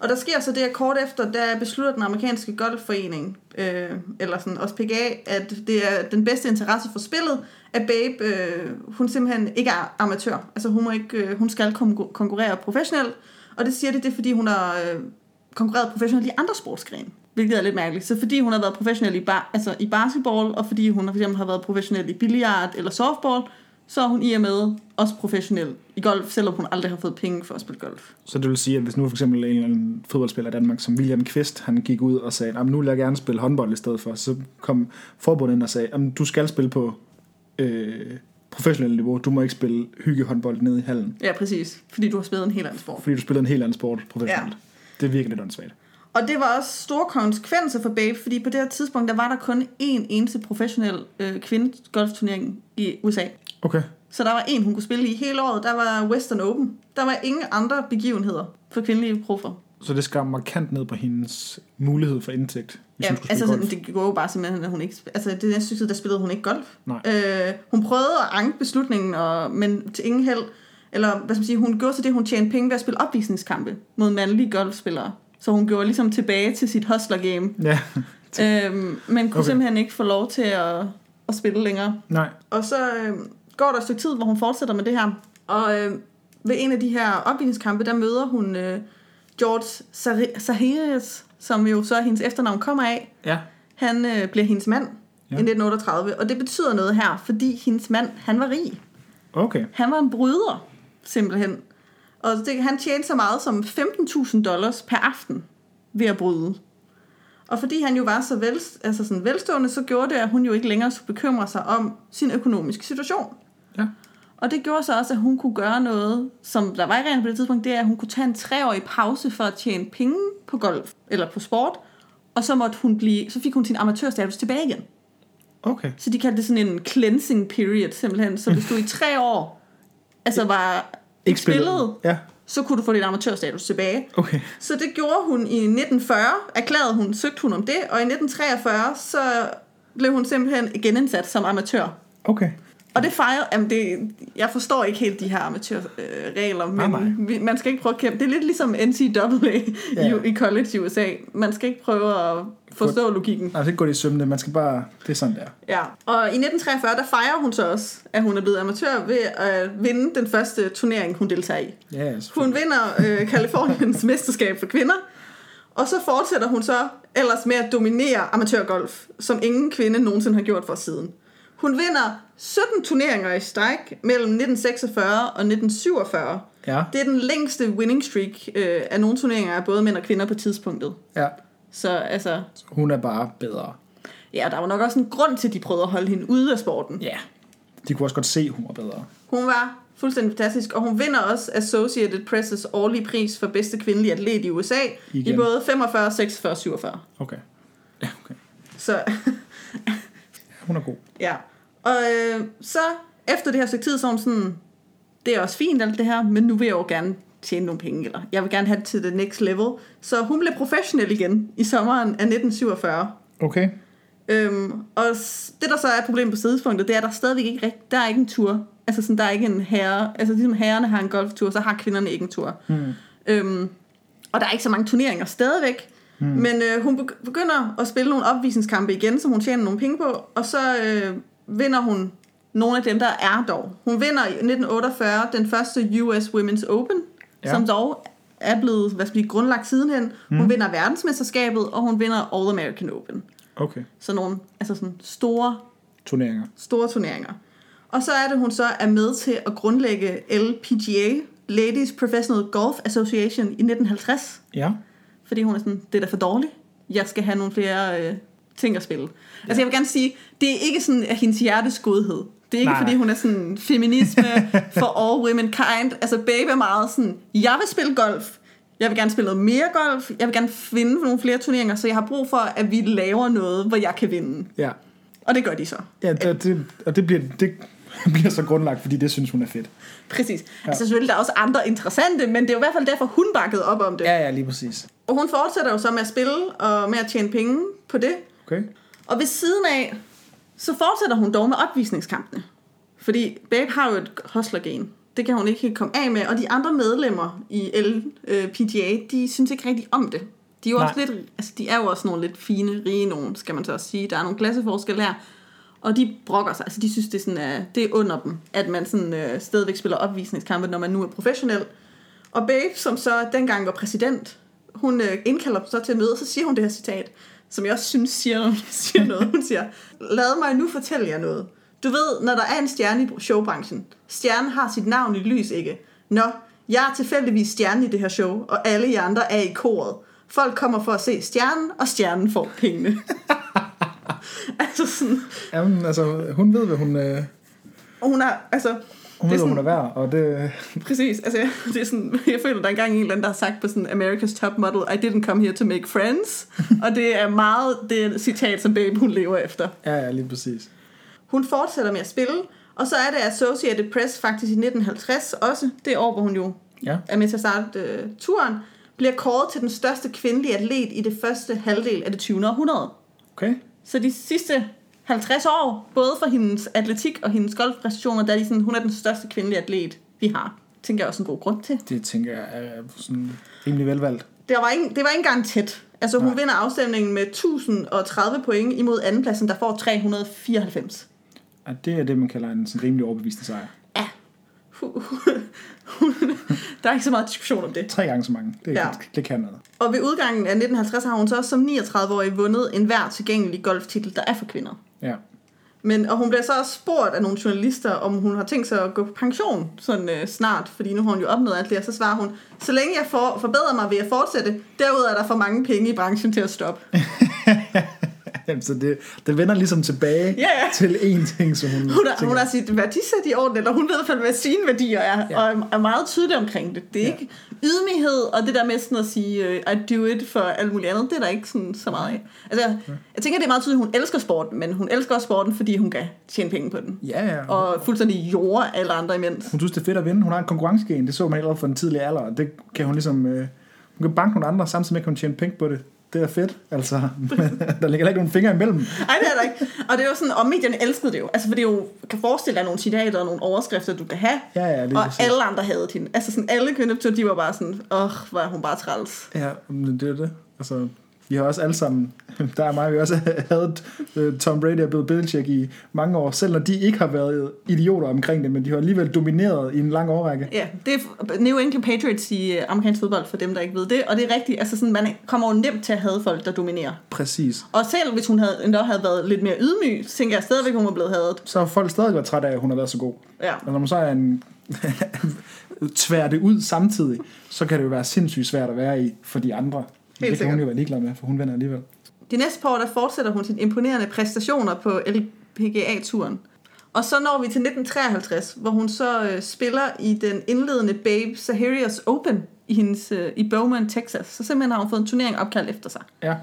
Speaker 2: Og der sker så det, at kort efter, der beslutter den amerikanske golfforening, øh, eller sådan også PGA, at det er den bedste interesse for spillet, at Babe, øh, hun simpelthen ikke er amatør. Altså hun, må ikke, øh, hun skal kon- konkurrere professionelt, og det siger de, det er fordi hun har øh, konkurreret professionelt i andre sportsgrene. Hvilket er lidt mærkeligt. Så fordi hun har været professionel i, bar- altså i basketball, og fordi hun for eksempel har været professionel i billiard eller softball, så er hun i og med også professionel i golf, selvom hun aldrig har fået penge for at spille golf.
Speaker 1: Så det vil sige, at hvis nu for eksempel en eller anden fodboldspiller i Danmark, som William Kvist, han gik ud og sagde, at nu vil jeg gerne spille håndbold i stedet for, så kom forbundet ind og sagde, at du skal spille på øh, professionelt niveau, du må ikke spille hyggehåndbold nede i hallen,
Speaker 2: Ja, præcis. Fordi du har spillet en helt anden sport.
Speaker 1: fordi du spiller en helt anden sport professionelt. Ja.
Speaker 2: Ja.
Speaker 1: Det virker lidt åndssvagt.
Speaker 2: Og det var også store konsekvenser for Babe, fordi på det her tidspunkt, der var der kun én eneste professionel øh, kvindegolfturnering i USA.
Speaker 1: Okay.
Speaker 2: Så der var en, hun kunne spille i hele året. Der var Western Open. Der var ingen andre begivenheder for kvindelige proffer.
Speaker 1: Så det skar markant ned på hendes mulighed for indtægt, hvis
Speaker 2: Ja,
Speaker 1: hun skulle
Speaker 2: altså
Speaker 1: spille
Speaker 2: sådan,
Speaker 1: golf.
Speaker 2: det går jo bare simpelthen, at hun ikke... sp- Altså det næste stykke tid, der spillede hun ikke golf.
Speaker 1: Nej.
Speaker 2: Øh, hun prøvede at anke beslutningen, og, men til ingen held. Eller hvad skal man sige, hun gjorde så det, hun tjente penge ved at spille opvisningskampe mod mandlige golfspillere. Så hun gjorde ligesom tilbage til sit hustler game. (laughs)
Speaker 1: Ja,
Speaker 2: Øhm, men kunne
Speaker 1: Okay.
Speaker 2: okay. simpelthen ikke få lov til at, at spille længere.
Speaker 1: nej.
Speaker 2: Og så øhm, går der et stykke tid, hvor hun fortsætter med det her. Og øhm, ved en af de her opvisningskampe, der møder hun øh, George Sar- Sahiris, som jo så er hendes efternavn kommer af.
Speaker 1: Ja.
Speaker 2: Han øh, bliver hendes mand
Speaker 1: Ja.
Speaker 2: ja. i 1938, og det betyder noget her, fordi hendes mand, han var rig.
Speaker 1: Okay.
Speaker 2: Han var en bryder, simpelthen. Og det, han tjente så meget som 15.000 dollars per aften ved at bryde. Og fordi han jo var så vel, altså sådan velstående, så gjorde det, at hun jo ikke længere skulle bekymre sig om sin økonomiske situation.
Speaker 1: Ja.
Speaker 2: Og det gjorde så også, at hun kunne gøre noget, som der var i reglen på det tidspunkt, det er, at hun kunne tage en treårig pause for at tjene penge på golf eller på sport, og så, måtte hun blive, så fik hun sin amatørstatus tilbage igen.
Speaker 1: Okay.
Speaker 2: Så de kaldte det sådan en cleansing period, simpelthen. Så hvis du i tre år altså var
Speaker 1: Ikke
Speaker 2: ikke spillet,
Speaker 1: Ja.
Speaker 2: så kunne du få din amatørstatus tilbage.
Speaker 1: Okay.
Speaker 2: Så det gjorde hun i 1940, erklærede hun, søgte hun om det, og i 1943, så blev hun simpelthen genindsat som amatør.
Speaker 1: Okay.
Speaker 2: Og det fejrer, jamen det, jeg forstår ikke helt de her amatørregler, øh,
Speaker 1: Nej,
Speaker 2: men
Speaker 1: nej.
Speaker 2: vi, man skal ikke prøve at kæmpe. Det er lidt ligesom NCAA i,
Speaker 1: Ja.
Speaker 2: i college i USA. Man skal ikke prøve at forstå logikken.
Speaker 1: Altså ikke gå det i sømne, man skal bare... Det er sådan der.
Speaker 2: Ja. Og i 1943, der fejrer hun så også, at hun er blevet amatør ved at vinde den første turnering, hun deltager i.
Speaker 1: Ja, yes.
Speaker 2: Hun vinder øh, Kaliforniens mesterskab for kvinder, og så fortsætter hun så ellers med at dominere amatørgolf, som ingen kvinde nogensinde har gjort for siden. Hun vinder 17 turneringer i stræk mellem 1946 og 1947.
Speaker 1: Ja.
Speaker 2: Det er den længste winning streak øh, af nogle turneringer af både mænd og kvinder på tidspunktet.
Speaker 1: ja.
Speaker 2: Så altså,
Speaker 1: Hun er bare bedre.
Speaker 2: ja, der var nok også en grund til, at de prøvede at holde hende ude af sporten.
Speaker 1: Ja. De kunne også godt se, hun var bedre.
Speaker 2: Hun var fuldstændig fantastisk, og hun vinder også Associated Press' årlige pris for bedste kvindelige atlet i USA Igen.
Speaker 1: Igen.
Speaker 2: i både 45, 46 og 47.
Speaker 1: Okay. Ja, okay.
Speaker 2: Så (laughs)
Speaker 1: Hun er god.
Speaker 2: ja. Og øh, så efter det her stykke tid, så er hun sådan, det er også fint alt det her, men nu vil jeg jo gerne tjene nogle penge, eller jeg vil gerne have det til det next level. Så hun blev professionel igen i sommeren af 1947.
Speaker 1: Okay.
Speaker 2: Øhm, og s- det, der så er et problem på sidespunktet, det er, at der stadigvæk ikke rigt- der er ikke en tur. Altså sådan, der er ikke en herre. Altså ligesom herrerne har en golftur, så har kvinderne ikke en tur. Mm. Øhm, og der er ikke så mange turneringer stadigvæk. Mm. Men øh, hun beg- begynder at spille nogle opvisningskampe igen, som hun tjener nogle penge på. Og så øh, vinder hun nogle af dem, der er dog. Hun vinder i 1948 den første US Women's Open,
Speaker 1: Ja.
Speaker 2: ja. som dog er blevet hvad skal man sige, grundlagt sidenhen. Hun vinder verdensmesterskabet, og hun vinder All American Open
Speaker 1: Okay.
Speaker 2: sådan nogle altså sådan store,
Speaker 1: Turneringer.
Speaker 2: store turneringer. Og så er det, hun så er med til at grundlægge LPGA, Ladies Professional Golf Association, i 1950.
Speaker 1: Ja.
Speaker 2: Fordi hun er sådan, det er da for dårligt. Jeg skal have nogle flere øh, ting at spille. Ja. Altså jeg vil gerne sige, det er ikke sådan at hendes hjertes godhed. Det er ikke,
Speaker 1: Nej.
Speaker 2: Nej. fordi hun er sådan feminisme (laughs) for all womankind. Altså baby er meget sådan, jeg vil spille golf. Jeg vil gerne spille noget mere golf. Jeg vil gerne vinde nogle flere turneringer, så jeg har brug for, at vi laver noget, hvor jeg kan vinde.
Speaker 1: Ja.
Speaker 2: Og det gør de så.
Speaker 1: Ja, det, det, og det bliver, det (laughs) bliver så grundlagt, fordi det synes hun er fedt.
Speaker 2: Præcis. Ja. Altså selvfølgelig, der er også andre interessante, men det er jo i hvert fald derfor, hun bakkede op om det. Ja.
Speaker 1: ja, lige præcis.
Speaker 2: Og hun fortsætter jo så med at spille og med at tjene penge på det.
Speaker 1: Okay.
Speaker 2: Og ved siden af, så fortsætter hun dog med opvisningskampene. Fordi Babe har jo et hustlergen. Det kan hun ikke helt komme af med. Og de andre medlemmer i øh, LPGA, de synes ikke rigtig om det. De er jo,
Speaker 1: Nej.
Speaker 2: også lidt, altså, de er jo også nogle lidt fine, rige nogen, skal man så også sige. Der er nogle klasseforskelle her. Og de brokker sig. Altså, de synes, det er, sådan, uh, det er under dem, at man sådan, uh, stadigvæk spiller opvisningskampe, når man nu er professionel. Og Babe, som så dengang var præsident, hun øh, indkalder dem så til et møde, og så siger hun det her citat, som jeg også synes siger, (laughs) siger noget. Hun siger, lad mig nu fortælle jer noget. Du ved, når der er en stjerne i showbranchen, stjernen har sit navn i lys, ikke? Nå, jeg er tilfældigvis stjernen i det her show, og alle jer andre er i koret. Folk kommer for at se stjernen, og stjernen får
Speaker 1: (laughs)
Speaker 2: pengene. altså sådan,
Speaker 1: Jamen, altså, hun ved, hvad hun, øh,
Speaker 2: og hun har, altså,
Speaker 1: hun,
Speaker 2: Det
Speaker 1: ved,
Speaker 2: er
Speaker 1: hvad hun
Speaker 2: sådan-
Speaker 1: er værd, og det...
Speaker 2: Præcis, altså jeg- det er sådan, (laughs) jeg føler, der er engang en eller anden, der har sagt på sådan America's Top Model, I didn't come here to make
Speaker 1: (laughs)
Speaker 2: friends, og det er meget det citat, som Babe hun lever efter.
Speaker 1: Ja, ja, lige præcis.
Speaker 2: Hun fortsætter med at spille, og så er det Associated Press faktisk i 1950 også, det år, hvor hun jo
Speaker 1: Ja.
Speaker 2: er med til at starte øh, turen, bliver kåret til den største kvindelige atlet i det første halvdel af det 20. århundrede.
Speaker 1: Okay.
Speaker 2: Så de sidste 50 år, både for hendes atletik og hendes golfpræstationer, der er de sådan, hun er den største kvindelige atlet, vi har. Tænker jeg også en god grund til.
Speaker 1: Det tænker jeg er sådan rimelig velvalgt.
Speaker 2: det var ikke, det var ikke engang tæt. Altså hun
Speaker 1: Nej.
Speaker 2: Nej. vinder afstemningen med 1030 point imod andenpladsen, der får 394.
Speaker 1: At det er det, man kalder en sådan rimelig overbevisende sejr.
Speaker 2: Ja. Hu- hu- (laughs) hun- der er ikke så meget diskussion om det.
Speaker 1: Tre gange så mange. Det, ja.
Speaker 2: Ja.
Speaker 1: det kan noget.
Speaker 2: Og ved udgangen af 1950 har hun så også som 39-årig vundet enhver tilgængelig golftitel, der er for kvinder.
Speaker 1: Ja.
Speaker 2: Men, og hun bliver så også spurgt af nogle journalister, om hun har tænkt sig at gå på pension sådan øh, snart, fordi nu har hun jo opnået alt det, og så svarer hun, så længe jeg for, forbedrer mig ved at fortsætte, derudover er der for mange penge i branchen til at stoppe.
Speaker 1: Jamen, så det, det vender ligesom tilbage
Speaker 2: Ja, ja.
Speaker 1: til én ting, som hun,
Speaker 2: (laughs) Hun har,
Speaker 1: tænker.
Speaker 2: hun har sit værdisæt i orden, eller hun ved i hvert fald, hvad sine værdier er,
Speaker 1: Ja.
Speaker 2: ja. og er- er meget tydelig omkring det. Det er
Speaker 1: Ja.
Speaker 2: ja. ikke ydmyghed, og det der med sådan at sige, øh, I do it for alt muligt andet, det er der ikke sådan så meget af. Altså, jeg, jeg tænker, det er meget tydeligt, at hun elsker sporten, men hun elsker også sporten, fordi hun kan tjene penge på den.
Speaker 1: Ja, ja.
Speaker 2: Og fuldstændig jorder alle andre imens.
Speaker 1: Hun synes, det er fedt at vinde. Hun har en konkurrencegen. Det så man allerede fra en tidlig alder. og Det kan hun ligesom... Øh, hun kan banke nogle andre, samtidig med at hun kan tjene penge på det. Det er fedt, altså. (laughs) Men der ligger heller ikke nogen fingre imellem.
Speaker 2: Ej, det er der ikke. Og det er jo sådan, og medierne elskede det jo. Altså, for det er jo, kan forestille dig nogle citater og nogle overskrifter, du kan have.
Speaker 1: Ja, ja, lige
Speaker 2: og
Speaker 1: præcis.
Speaker 2: alle andre havde hende. Altså sådan, alle kvinder, de var bare sådan, åh, hvor er hun bare træls.
Speaker 1: Ja, men det er det. Altså, vi har også alle sammen, (laughs) der er mig, vi har også (laughs) havde øh, Tom Brady og Bill Belichick i mange år, selv når de ikke har været idioter omkring det, men de har alligevel domineret i en lang årrække.
Speaker 2: Ja, det er f- New England Patriots i øh, amerikansk fodbold, for dem, der ikke ved det. Og det er rigtigt, altså sådan, man kommer jo nemt til at have folk, der dominerer.
Speaker 1: Præcis.
Speaker 2: Og selv hvis hun havde, endda havde været lidt mere ydmyg, så tænker jeg stadigvæk, hun var blevet hadet.
Speaker 1: Så har folk stadig været trætte af, at hun har været så god.
Speaker 2: Ja.
Speaker 1: Og når man så er en (laughs) tvær det ud samtidig, så kan det jo være sindssygt svært at være i for de andre. Helt det kan
Speaker 2: sikkert.
Speaker 1: hun jo være ligeglad med, for hun vinder alligevel.
Speaker 2: De næste par år, der fortsætter hun sine imponerende præstationer på LPGA-turen. Og så når vi til 1953, hvor hun så øh, spiller i den indledende Babe Zaharias Open i, hendes, øh, i Bowman, Texas. Så simpelthen har hun fået en turnering opkaldt efter sig.
Speaker 1: Ja,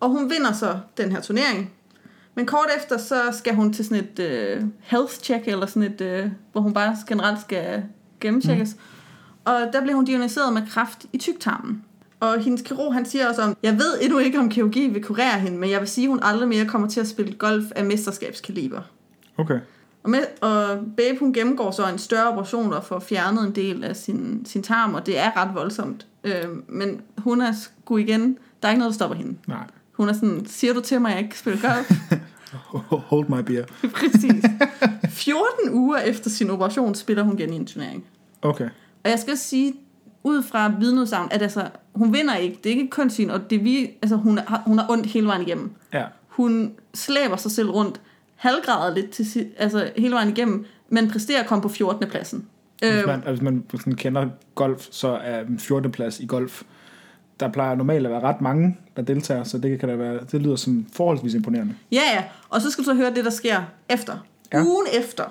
Speaker 2: Og hun vinder så den her turnering. Men kort efter, så skal hun til sådan et øh, health check, eller sådan et, øh, hvor hun bare generelt skal gennemtjekkes. Mm. Og der bliver hun diagnosticeret med kræft i tyktarmen. Og hendes kirurg, han siger også om, jeg ved endnu ikke, om kirurgi vil kurere hende, men jeg vil sige, at hun aldrig mere kommer til at spille golf af mesterskabskaliber.
Speaker 1: okay.
Speaker 2: Og, med, og Babe, hun gennemgår så en større operation og får fjernet en del af sin, sin tarm, og det er ret voldsomt. Øh, men hun er sgu igen, der er ikke noget, der stopper hende.
Speaker 1: Nej.
Speaker 2: Hun er sådan, siger du til mig, at jeg ikke spiller golf? (laughs)
Speaker 1: Hold my beer.
Speaker 2: Præcis. 14 uger efter sin operation spiller hun igen i en turnering.
Speaker 1: Okay.
Speaker 2: Og jeg skal også sige, ud fra vidneudsagn, at altså, hun vinder ikke. Det er ikke kønssyn, og det er vi, altså, hun, har, hun har ondt hele vejen igennem.
Speaker 1: Ja.
Speaker 2: Hun slæber sig selv rundt, halvgrader lidt til, si- altså, hele vejen igennem, men præsterer at komme på 14. pladsen. Øh,
Speaker 1: Hvis
Speaker 2: Øhm.
Speaker 1: man, hvis man sådan kender golf, så er en 14. plads i golf. Der plejer normalt at være ret mange, der deltager, så det, kan da være, det lyder som forholdsvis imponerende.
Speaker 2: Ja, ja. Og så skal du så høre det, der sker efter.
Speaker 1: Ja.
Speaker 2: Ja. Ugen efter,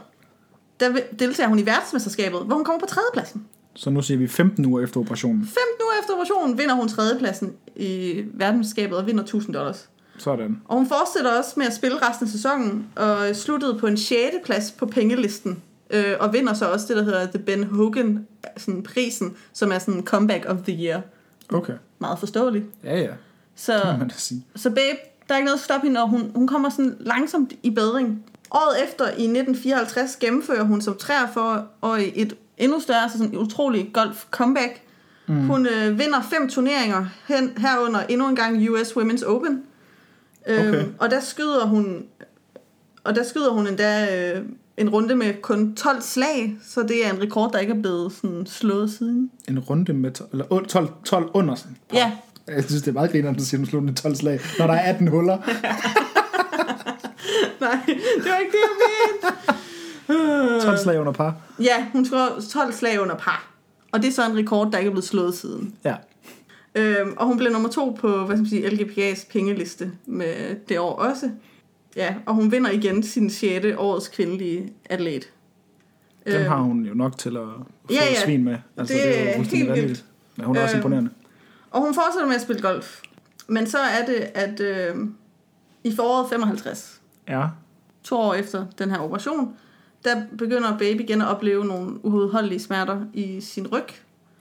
Speaker 2: der vil- deltager hun i verdensmesterskabet, hvor hun kommer på tredjepladsen.
Speaker 1: Så nu siger vi 15 uger efter operationen.
Speaker 2: 15 uger efter operationen vinder hun tredjepladsen i verdensskabet og vinder 1000 dollars.
Speaker 1: Sådan.
Speaker 2: Og hun fortsætter også med at spille resten af sæsonen og sluttede på en 6. plads på pengelisten. Øh, og vinder så også det, der hedder The Ben Hogan sådan prisen, som er sådan comeback of the year.
Speaker 1: Okay.
Speaker 2: Meget forståeligt.
Speaker 1: Ja, ja.
Speaker 2: Så,
Speaker 1: Kan man da sige.
Speaker 2: så babe, der er ikke noget at stoppe hende, og hun, hun kommer sådan langsomt i bedring. Året efter, i 1954, gennemfører hun som 43-årig et endnu større, så sådan utrolig golf-comeback. Mm. Hun øh, vinder fem turneringer, hen, herunder endnu en gang US Women's Open. Øhm,
Speaker 1: Okay.
Speaker 2: Og der skyder hun og der skyder hun endda øh, en runde med kun 12 slag, så det er en rekord, der ikke er blevet sådan, slået siden.
Speaker 1: En runde med to- eller un- 12, 12 under. sådan.
Speaker 2: Ja,
Speaker 1: Jeg synes, det er meget grinerende, at du siger, at du slutter med 12 slag, når der er 18 huller.
Speaker 2: (laughs) nej, det var ikke det, jeg mente.
Speaker 1: 12 slag under par.
Speaker 2: Ja, hun skrev 12 slag under par. Og det er så en rekord, der ikke er blevet slået siden.
Speaker 1: Ja.
Speaker 2: Øhm, og hun blev nummer to på hvad skal man sige, LGPA's pengeliste med det år også. Ja, og hun vinder igen sin 6. årets kvindelige atlet.
Speaker 1: Dem har hun jo nok til at få
Speaker 2: Øh. ja,
Speaker 1: ja,
Speaker 2: ja.
Speaker 1: svin med. Altså,
Speaker 2: Det
Speaker 1: jo
Speaker 2: er
Speaker 1: fuldstændig
Speaker 2: helt vildt.
Speaker 1: vanvittigt. Men hun er også
Speaker 2: Øhm,
Speaker 1: imponerende.
Speaker 2: Og hun fortsætter med at spille golf. Men så er det, at øh, i foråret 55,
Speaker 1: Ja.
Speaker 2: to år efter den her operation, der begynder Baby igen at opleve nogle uudholdelige smerter i sin ryg.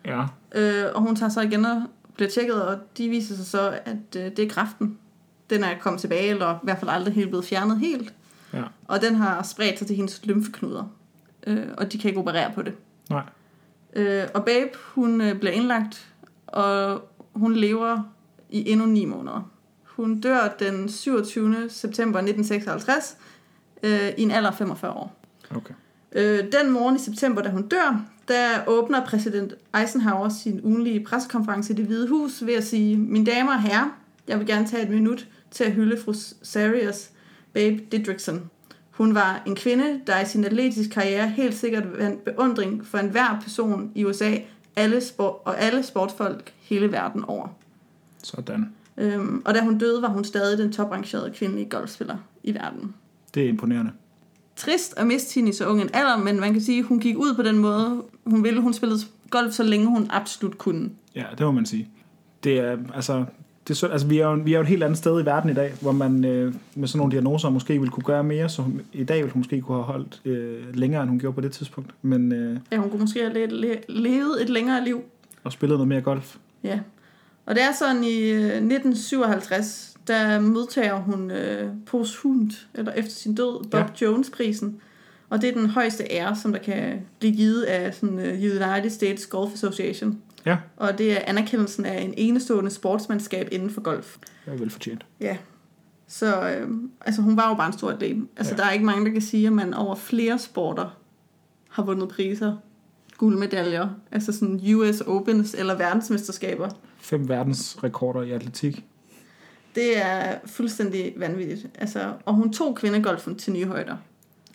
Speaker 1: Ja.
Speaker 2: Øh, og hun tager så igen og bliver tjekket, og de viser sig så, at øh, det er kræften. Den er kommet tilbage, eller i hvert fald aldrig helt blevet fjernet helt.
Speaker 1: Ja.
Speaker 2: Og den har spredt sig til hendes lymfeknuder. Øh, og de kan ikke operere på det.
Speaker 1: Nej.
Speaker 2: Øh, og Babe, hun øh, bliver indlagt, og hun lever i endnu ni måneder. Hun dør den 27. september 1956 øh, i en alder af 45 år.
Speaker 1: Okay.
Speaker 2: Øh, den morgen i september, da hun dør, der åbner præsident Eisenhower sin ugenlige pressekonference i det hvide hus ved at sige, mine damer og herrer, jeg vil gerne tage et minut til at hylde fru Sarius Babe Didrikson. Hun var en kvinde, der i sin atletiske karriere helt sikkert vandt beundring for enhver person i USA alle spor- og alle sportsfolk hele verden over.
Speaker 1: Sådan.
Speaker 2: Øhm, og da hun døde, var hun stadig den toprangerede kvindelige golfspiller i verden.
Speaker 1: Det er imponerende.
Speaker 2: Trist at miste hende i så ung en alder, men man kan sige, at hun gik ud på den måde, hun ville. Hun spillede golf, så længe hun absolut kunne.
Speaker 1: Ja, det må man sige. Det er, altså, det er, synd- altså vi, er jo, vi er jo et helt andet sted i verden i dag, hvor man øh, med sådan nogle diagnoser måske ville kunne gøre mere, så hun, i dag ville hun måske kunne have holdt øh, længere, end hun gjorde på det tidspunkt, men øh,
Speaker 2: Ja, hun kunne måske have le- le- levet et længere liv.
Speaker 1: og spillet noget mere golf.
Speaker 2: Ja. Og det er sådan i øh, 1957, der modtager hun øh, posthumt, eller efter sin død, Bob ja. Jones-prisen. Og det er den højeste ære, som der kan blive givet af sådan, øh, United States Golf Association.
Speaker 1: Ja,
Speaker 2: Og det er anerkendelsen af en enestående sportsmandskab inden for golf.
Speaker 1: det er velfortjent.
Speaker 2: Ja. Så øh, altså, hun var jo bare en stor atlet. Altså,
Speaker 1: Ja.
Speaker 2: ja. der er ikke mange, der kan sige, at man over flere sporter har vundet priser, guldmedaljer, altså sådan US Opens eller verdensmesterskaber.
Speaker 1: Fem verdensrekorder i atletik.
Speaker 2: Det er fuldstændig vanvittigt. Altså, og hun tog kvindegolfen til nye højder.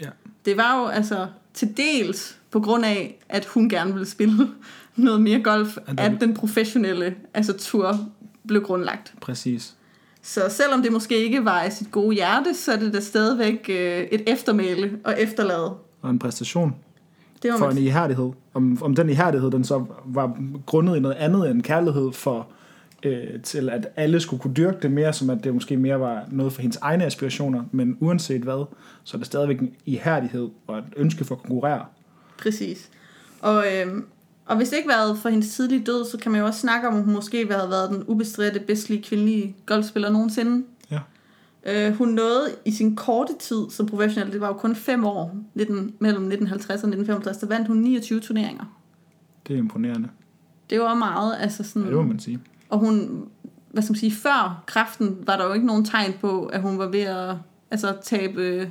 Speaker 1: Ja.
Speaker 2: Det var jo altså til dels på grund af, at hun gerne ville spille (laughs) noget mere golf,
Speaker 1: den-
Speaker 2: at den professionelle altså tur blev grundlagt.
Speaker 1: Præcis.
Speaker 2: Så selvom det måske ikke var af sit gode hjerte, så er det da stadigvæk øh, et eftermæle og efterlade.
Speaker 1: Og en præstation
Speaker 2: Det var
Speaker 1: for
Speaker 2: man...
Speaker 1: en ihærdighed. Om, om den ihærdighed, den så var grundet i noget andet end kærlighed for, øh, til at alle skulle kunne dyrke det mere, som at det måske mere var noget for hendes egne aspirationer, men uanset hvad, så er det stadigvæk en ihærdighed og et ønske for at konkurrere.
Speaker 2: Præcis. Og, øh, og hvis det ikke været for hendes tidlige død, så kan man jo også snakke om, at hun måske havde været den ubestridte, bedstlige kvindelige golfspiller nogensinde.
Speaker 1: Ja.
Speaker 2: Øh, hun nåede i sin korte tid som professionel, det var jo kun fem år, 19, mellem 1950 og 1955, der vandt hun 29 turneringer.
Speaker 1: Det er imponerende.
Speaker 2: Det var meget, altså sådan...
Speaker 1: Ja, det må man sige.
Speaker 2: Og hun, hvad skal man sige, før kraften var der jo ikke nogen tegn på, at hun var ved at altså, tabe... øh,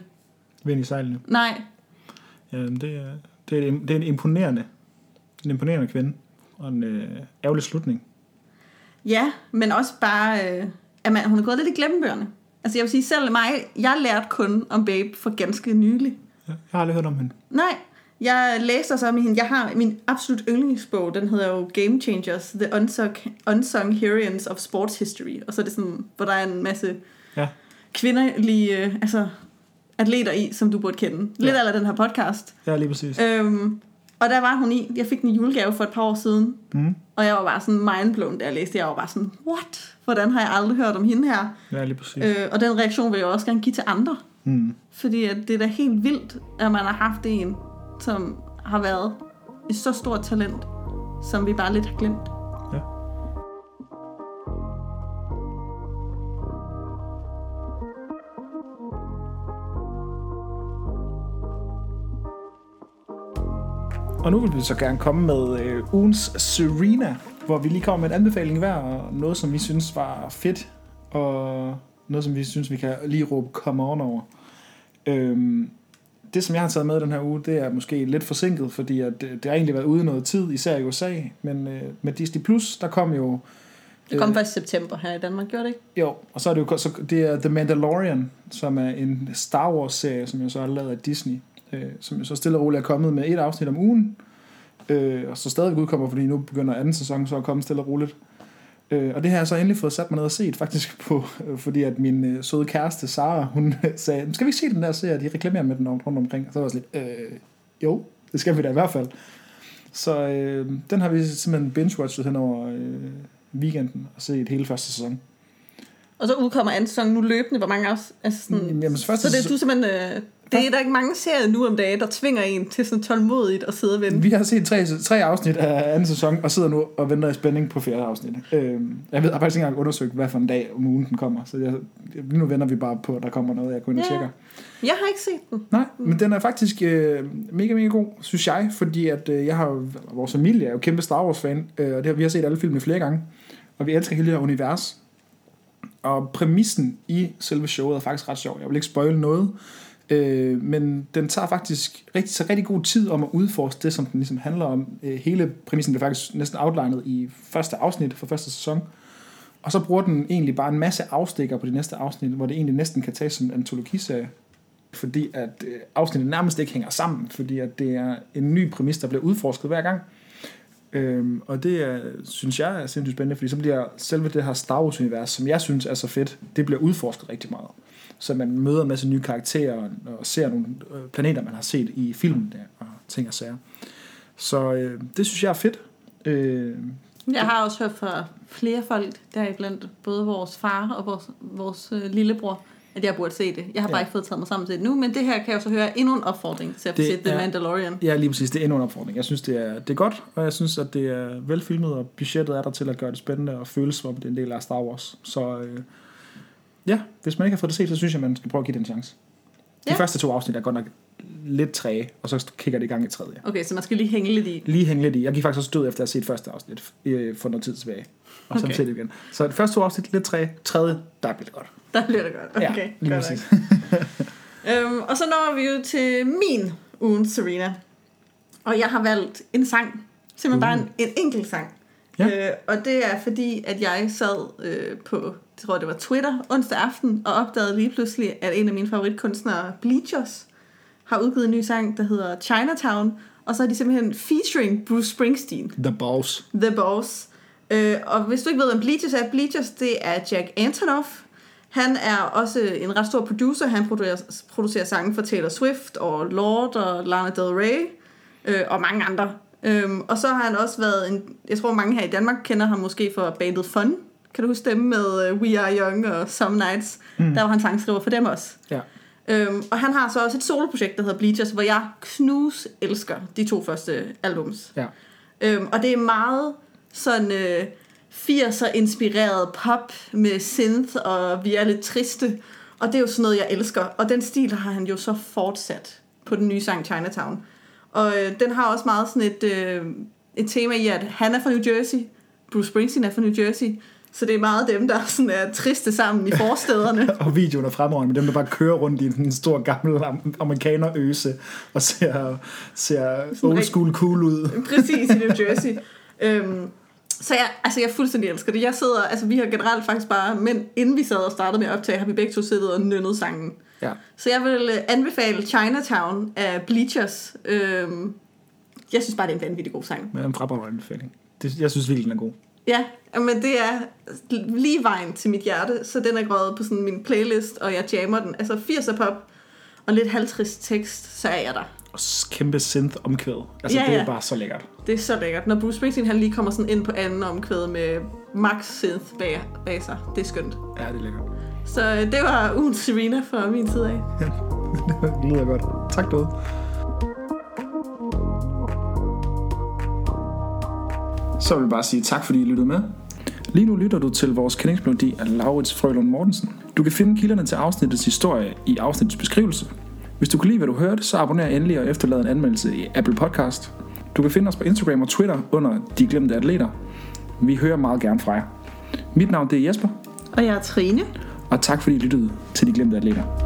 Speaker 1: Vind i sejlene.
Speaker 2: Nej,
Speaker 1: Ja, men Øhm, det, er, det, er, det er en imponerende, en imponerende kvinde. Og en øh, ærgerlig slutning.
Speaker 2: ja, men også bare, øh, at man, hun er gået lidt i glemmebøgerne. Altså jeg vil sige, selv mig, jeg lærte kun om Babe for ganske nylig.
Speaker 1: Ja, jeg har aldrig hørt om hende.
Speaker 2: Nej, jeg læste så om hende. Jeg har min absolut yndlingsbog, den hedder jo Game Changers, The Unsung, Unsung Heroines of Sports History. Og så er det sådan, hvor der er en masse
Speaker 1: Ja.
Speaker 2: kvindelige øh, altså, atleter i, som du burde kende. Lidt
Speaker 1: Ja.
Speaker 2: ja. af den her podcast.
Speaker 1: Ja, lige præcis.
Speaker 2: Øhm, og der var hun i. Jeg fik den i julegave for et par år siden.
Speaker 1: Mm.
Speaker 2: Og jeg var bare sådan mindblown, da jeg læste. det. Jeg var bare sådan, what? Hvordan har jeg aldrig hørt om hende her?
Speaker 1: Ja, lige præcis.
Speaker 2: Øh, og den reaktion vil jeg også gerne give til andre.
Speaker 1: Mm.
Speaker 2: Fordi at det er da helt vildt, at man har haft en, som har været et så stort talent, som vi bare lidt har glemt.
Speaker 1: Ja. Og nu vil vi så gerne komme med øh, ugens Serena, hvor vi lige kommer med en anbefaling hver, og noget som vi synes var fedt, og noget som vi synes, vi kan lige råbe come on over. Øhm, det, som jeg har taget med den her uge, det er måske lidt forsinket, fordi at, øh, det har egentlig været ude noget tid, især i USA, men øh, med Disney+, Plus, der kom jo...
Speaker 2: Det kom
Speaker 1: øh,
Speaker 2: først i september her i Danmark, gjorde det ikke?
Speaker 1: jo, og så er det jo så det er The Mandalorian, som er en Star Wars-serie, som jo så er lavet af Disney, øh, som jo så stille og roligt er kommet med et afsnit om ugen, øh, og så stadigvæk udkommer, fordi nu begynder anden sæson så at komme stille og roligt. Øh, og det har jeg så endelig fået sat mig ned og set faktisk (laughs) på, øh, fordi at min øh, søde kæreste Sara, hun (laughs) øh, sagde, "Men skal vi ikke se den der serie, de reklamerer med den rundt omkring? Og så var jeg også lidt, øh, jo, det skal vi da i hvert fald. Så øh, den har vi simpelthen binge-watchet hen over øh, weekenden og set hele første sæson.
Speaker 2: Og så udkommer anden sæson nu løbende, hvor mange også... Altså sådan,
Speaker 1: Mm, jamen, så første
Speaker 2: så det er
Speaker 1: sæson-
Speaker 2: du simpelthen... Øh, det er der ikke mange serier nu om dagen, der tvinger en til sådan tålmodigt at sidde og vente.
Speaker 1: Vi har set tre, tre afsnit af anden sæson, og sidder nu og venter i spænding på fjerde afsnit. Øhm, jeg ved, jeg har faktisk ikke engang undersøgt, hvad for en dag om ugen den kommer. Så jeg, jeg- nu venter vi bare på, at der kommer noget, jeg går ind og
Speaker 2: Ja.
Speaker 1: tjekker.
Speaker 2: Jeg har ikke set den.
Speaker 1: Nej, men den er faktisk øh, mega, mega god, synes jeg, fordi at øh, jeg har jo, vores familie er jo kæmpe Star Wars-fan, øh, og det har, vi har set alle filmene flere gange, og vi elsker hele det her univers. Og præmissen i selve showet er faktisk ret sjov. Jeg vil ikke spoil noget, øh, men den tager faktisk rigtig, så rigtig god tid om at udforske det, som den ligesom handler om. Øh, hele præmissen bliver faktisk næsten outlinet i første afsnit for første sæson. Og så bruger den egentlig bare en masse afstikker på de næste afsnit, hvor det egentlig næsten kan tages som en antologiserie fordi at øh, afsnittet nærmest ikke hænger sammen, fordi at det er en ny præmis, der bliver udforsket hver gang. Øhm, og det er, synes jeg er sindssygt spændende, fordi så bliver selve det her Star Wars-univers, som jeg synes er så fedt, det bliver udforsket rigtig meget. Så man møder en masse nye karakterer og ser nogle øh, planeter, man har set i filmen der, og ting og sager. Så øh, det synes jeg er fedt. Øh,
Speaker 2: Jeg har også hørt fra flere folk, deriblandt både vores far og vores, vores øh, lillebror, at jeg burde se det. Jeg har bare
Speaker 1: Ja.
Speaker 2: ikke fået taget mig sammen til det nu, men det her kan jeg jo så høre endnu en opfordring til at få
Speaker 1: Det
Speaker 2: set The
Speaker 1: er-
Speaker 2: Mandalorian.
Speaker 1: ja, lige præcis, det er endnu en opfordring. Jeg synes, det er, det er godt, og jeg synes, at det er velfilmet, og budgettet er der til at gøre det spændende og føles som om, det er en del af Star Wars. Så øh, ja, hvis man ikke har fået det set, så synes jeg, man skal prøve at give det en chance. De
Speaker 2: Ja.
Speaker 1: første to afsnit er godt nok lidt træge, og så kigger det i gang i tredje.
Speaker 2: Okay, så man skal lige hænge lidt i.
Speaker 1: lige hænge lidt i. Jeg gik faktisk også død efter at have set første afsnit øh, for noget tid tilbage. Og så
Speaker 2: Okay.
Speaker 1: okay. set det igen. Så det første to afsnit, lidt tre, tredje, der blev det godt.
Speaker 2: Der bliver det godt. Okay,
Speaker 1: ja,
Speaker 2: godt
Speaker 1: lige
Speaker 2: nok.
Speaker 1: præcis.
Speaker 2: Øhm, og så når vi jo til min ugen, Serena. Og jeg har valgt en sang. Simpelthen bare en, en enkelt sang.
Speaker 1: Ja.
Speaker 2: Øh, og det er fordi, at jeg sad øh, på, jeg tror det var Twitter, onsdag aften, og opdagede lige pludselig, at en af mine favoritkunstnere, Bleachers, har udgivet en ny sang, der hedder Chinatown. Og så er de simpelthen featuring Bruce Springsteen.
Speaker 1: The Boss.
Speaker 2: The Boss. Øh, og hvis du ikke ved, hvem Bleachers er, Bleachers det er Jack Antonoff. Han er også en ret stor producer. Han producerer, producerer sange for Taylor Swift og Lord og Lana Del Rey øh, og mange andre. Øhm, og så har han også været en... Jeg tror, mange her i Danmark kender ham måske for bandet Fun. Kan du huske dem med øh, We Are Young og Some Nights? Mm. Der var han sangskriver for dem også.
Speaker 1: Ja.
Speaker 2: Øhm, og han har så også et soloprojekt, der hedder Bleachers, hvor jeg knus elsker de to første albums.
Speaker 1: ja.
Speaker 2: Øhm, og det er meget sådan øh, 80'er inspireret pop med synth, og vi er lidt triste. Og det er jo sådan noget, jeg elsker. Og den stil har han jo så fortsat på den nye sang Chinatown. Og øh, den har også meget sådan et, øh, et tema i, at han er fra New Jersey, Bruce Springsteen er fra New Jersey, så det er meget dem, der sådan er triste sammen i forstederne.
Speaker 1: (laughs) Og videoen er fremragende med dem, der bare kører rundt i en stor gammel am- amerikanerøse og ser, ser old school cool ud.
Speaker 2: Præcis, i New Jersey. øhm, så jeg, altså jeg fuldstændig elsker det. Jeg sidder, altså vi har generelt faktisk bare, men inden vi sad og startede med at optage, har vi begge to siddet og nynnet sangen.
Speaker 1: Ja.
Speaker 2: Så jeg vil øh, anbefale Chinatown af Bleachers. Øhm, jeg synes bare, det er en vanvittig god sang.
Speaker 1: Med en fremragende anbefaling. Det, jeg synes virkelig, den er god.
Speaker 2: Ja, men det er lige vejen til mit hjerte, så den er grøjet på sådan min playlist, og jeg jammer den. Altså 80'er pop og lidt halvtrist tekst, så er jeg der.
Speaker 1: Og s- kæmpe synth omkvæd. Altså,
Speaker 2: Ja,
Speaker 1: ja, ja. det
Speaker 2: ja.
Speaker 1: er bare så lækkert.
Speaker 2: Det er så lækkert. Når Bruce Springsteen han lige kommer sådan ind på anden omkvæde med Max Synth bag, bag sig. Det er skønt.
Speaker 1: Ja, det er lækkert.
Speaker 2: Så øh, det var ugen Serena fra min side af.
Speaker 1: det lyder godt. Tak, Døde. Så vil jeg bare sige tak, fordi I lyttede med. Lige nu lytter du til vores kendingsmelodi af Laurits Frølund Mortensen. Du kan finde kilderne til afsnittets historie i afsnittets beskrivelse. Hvis du kan lide, hvad du hørte, så abonner endelig og efterlad en anmeldelse i Apple Podcast. Du kan finde os på Instagram og Twitter under De Glemte Atleter. Vi hører meget gerne fra jer. Mit navn det er Jesper,
Speaker 2: Og jeg er Trine.
Speaker 1: og tak fordi I lyttede til De Glemte Atleter.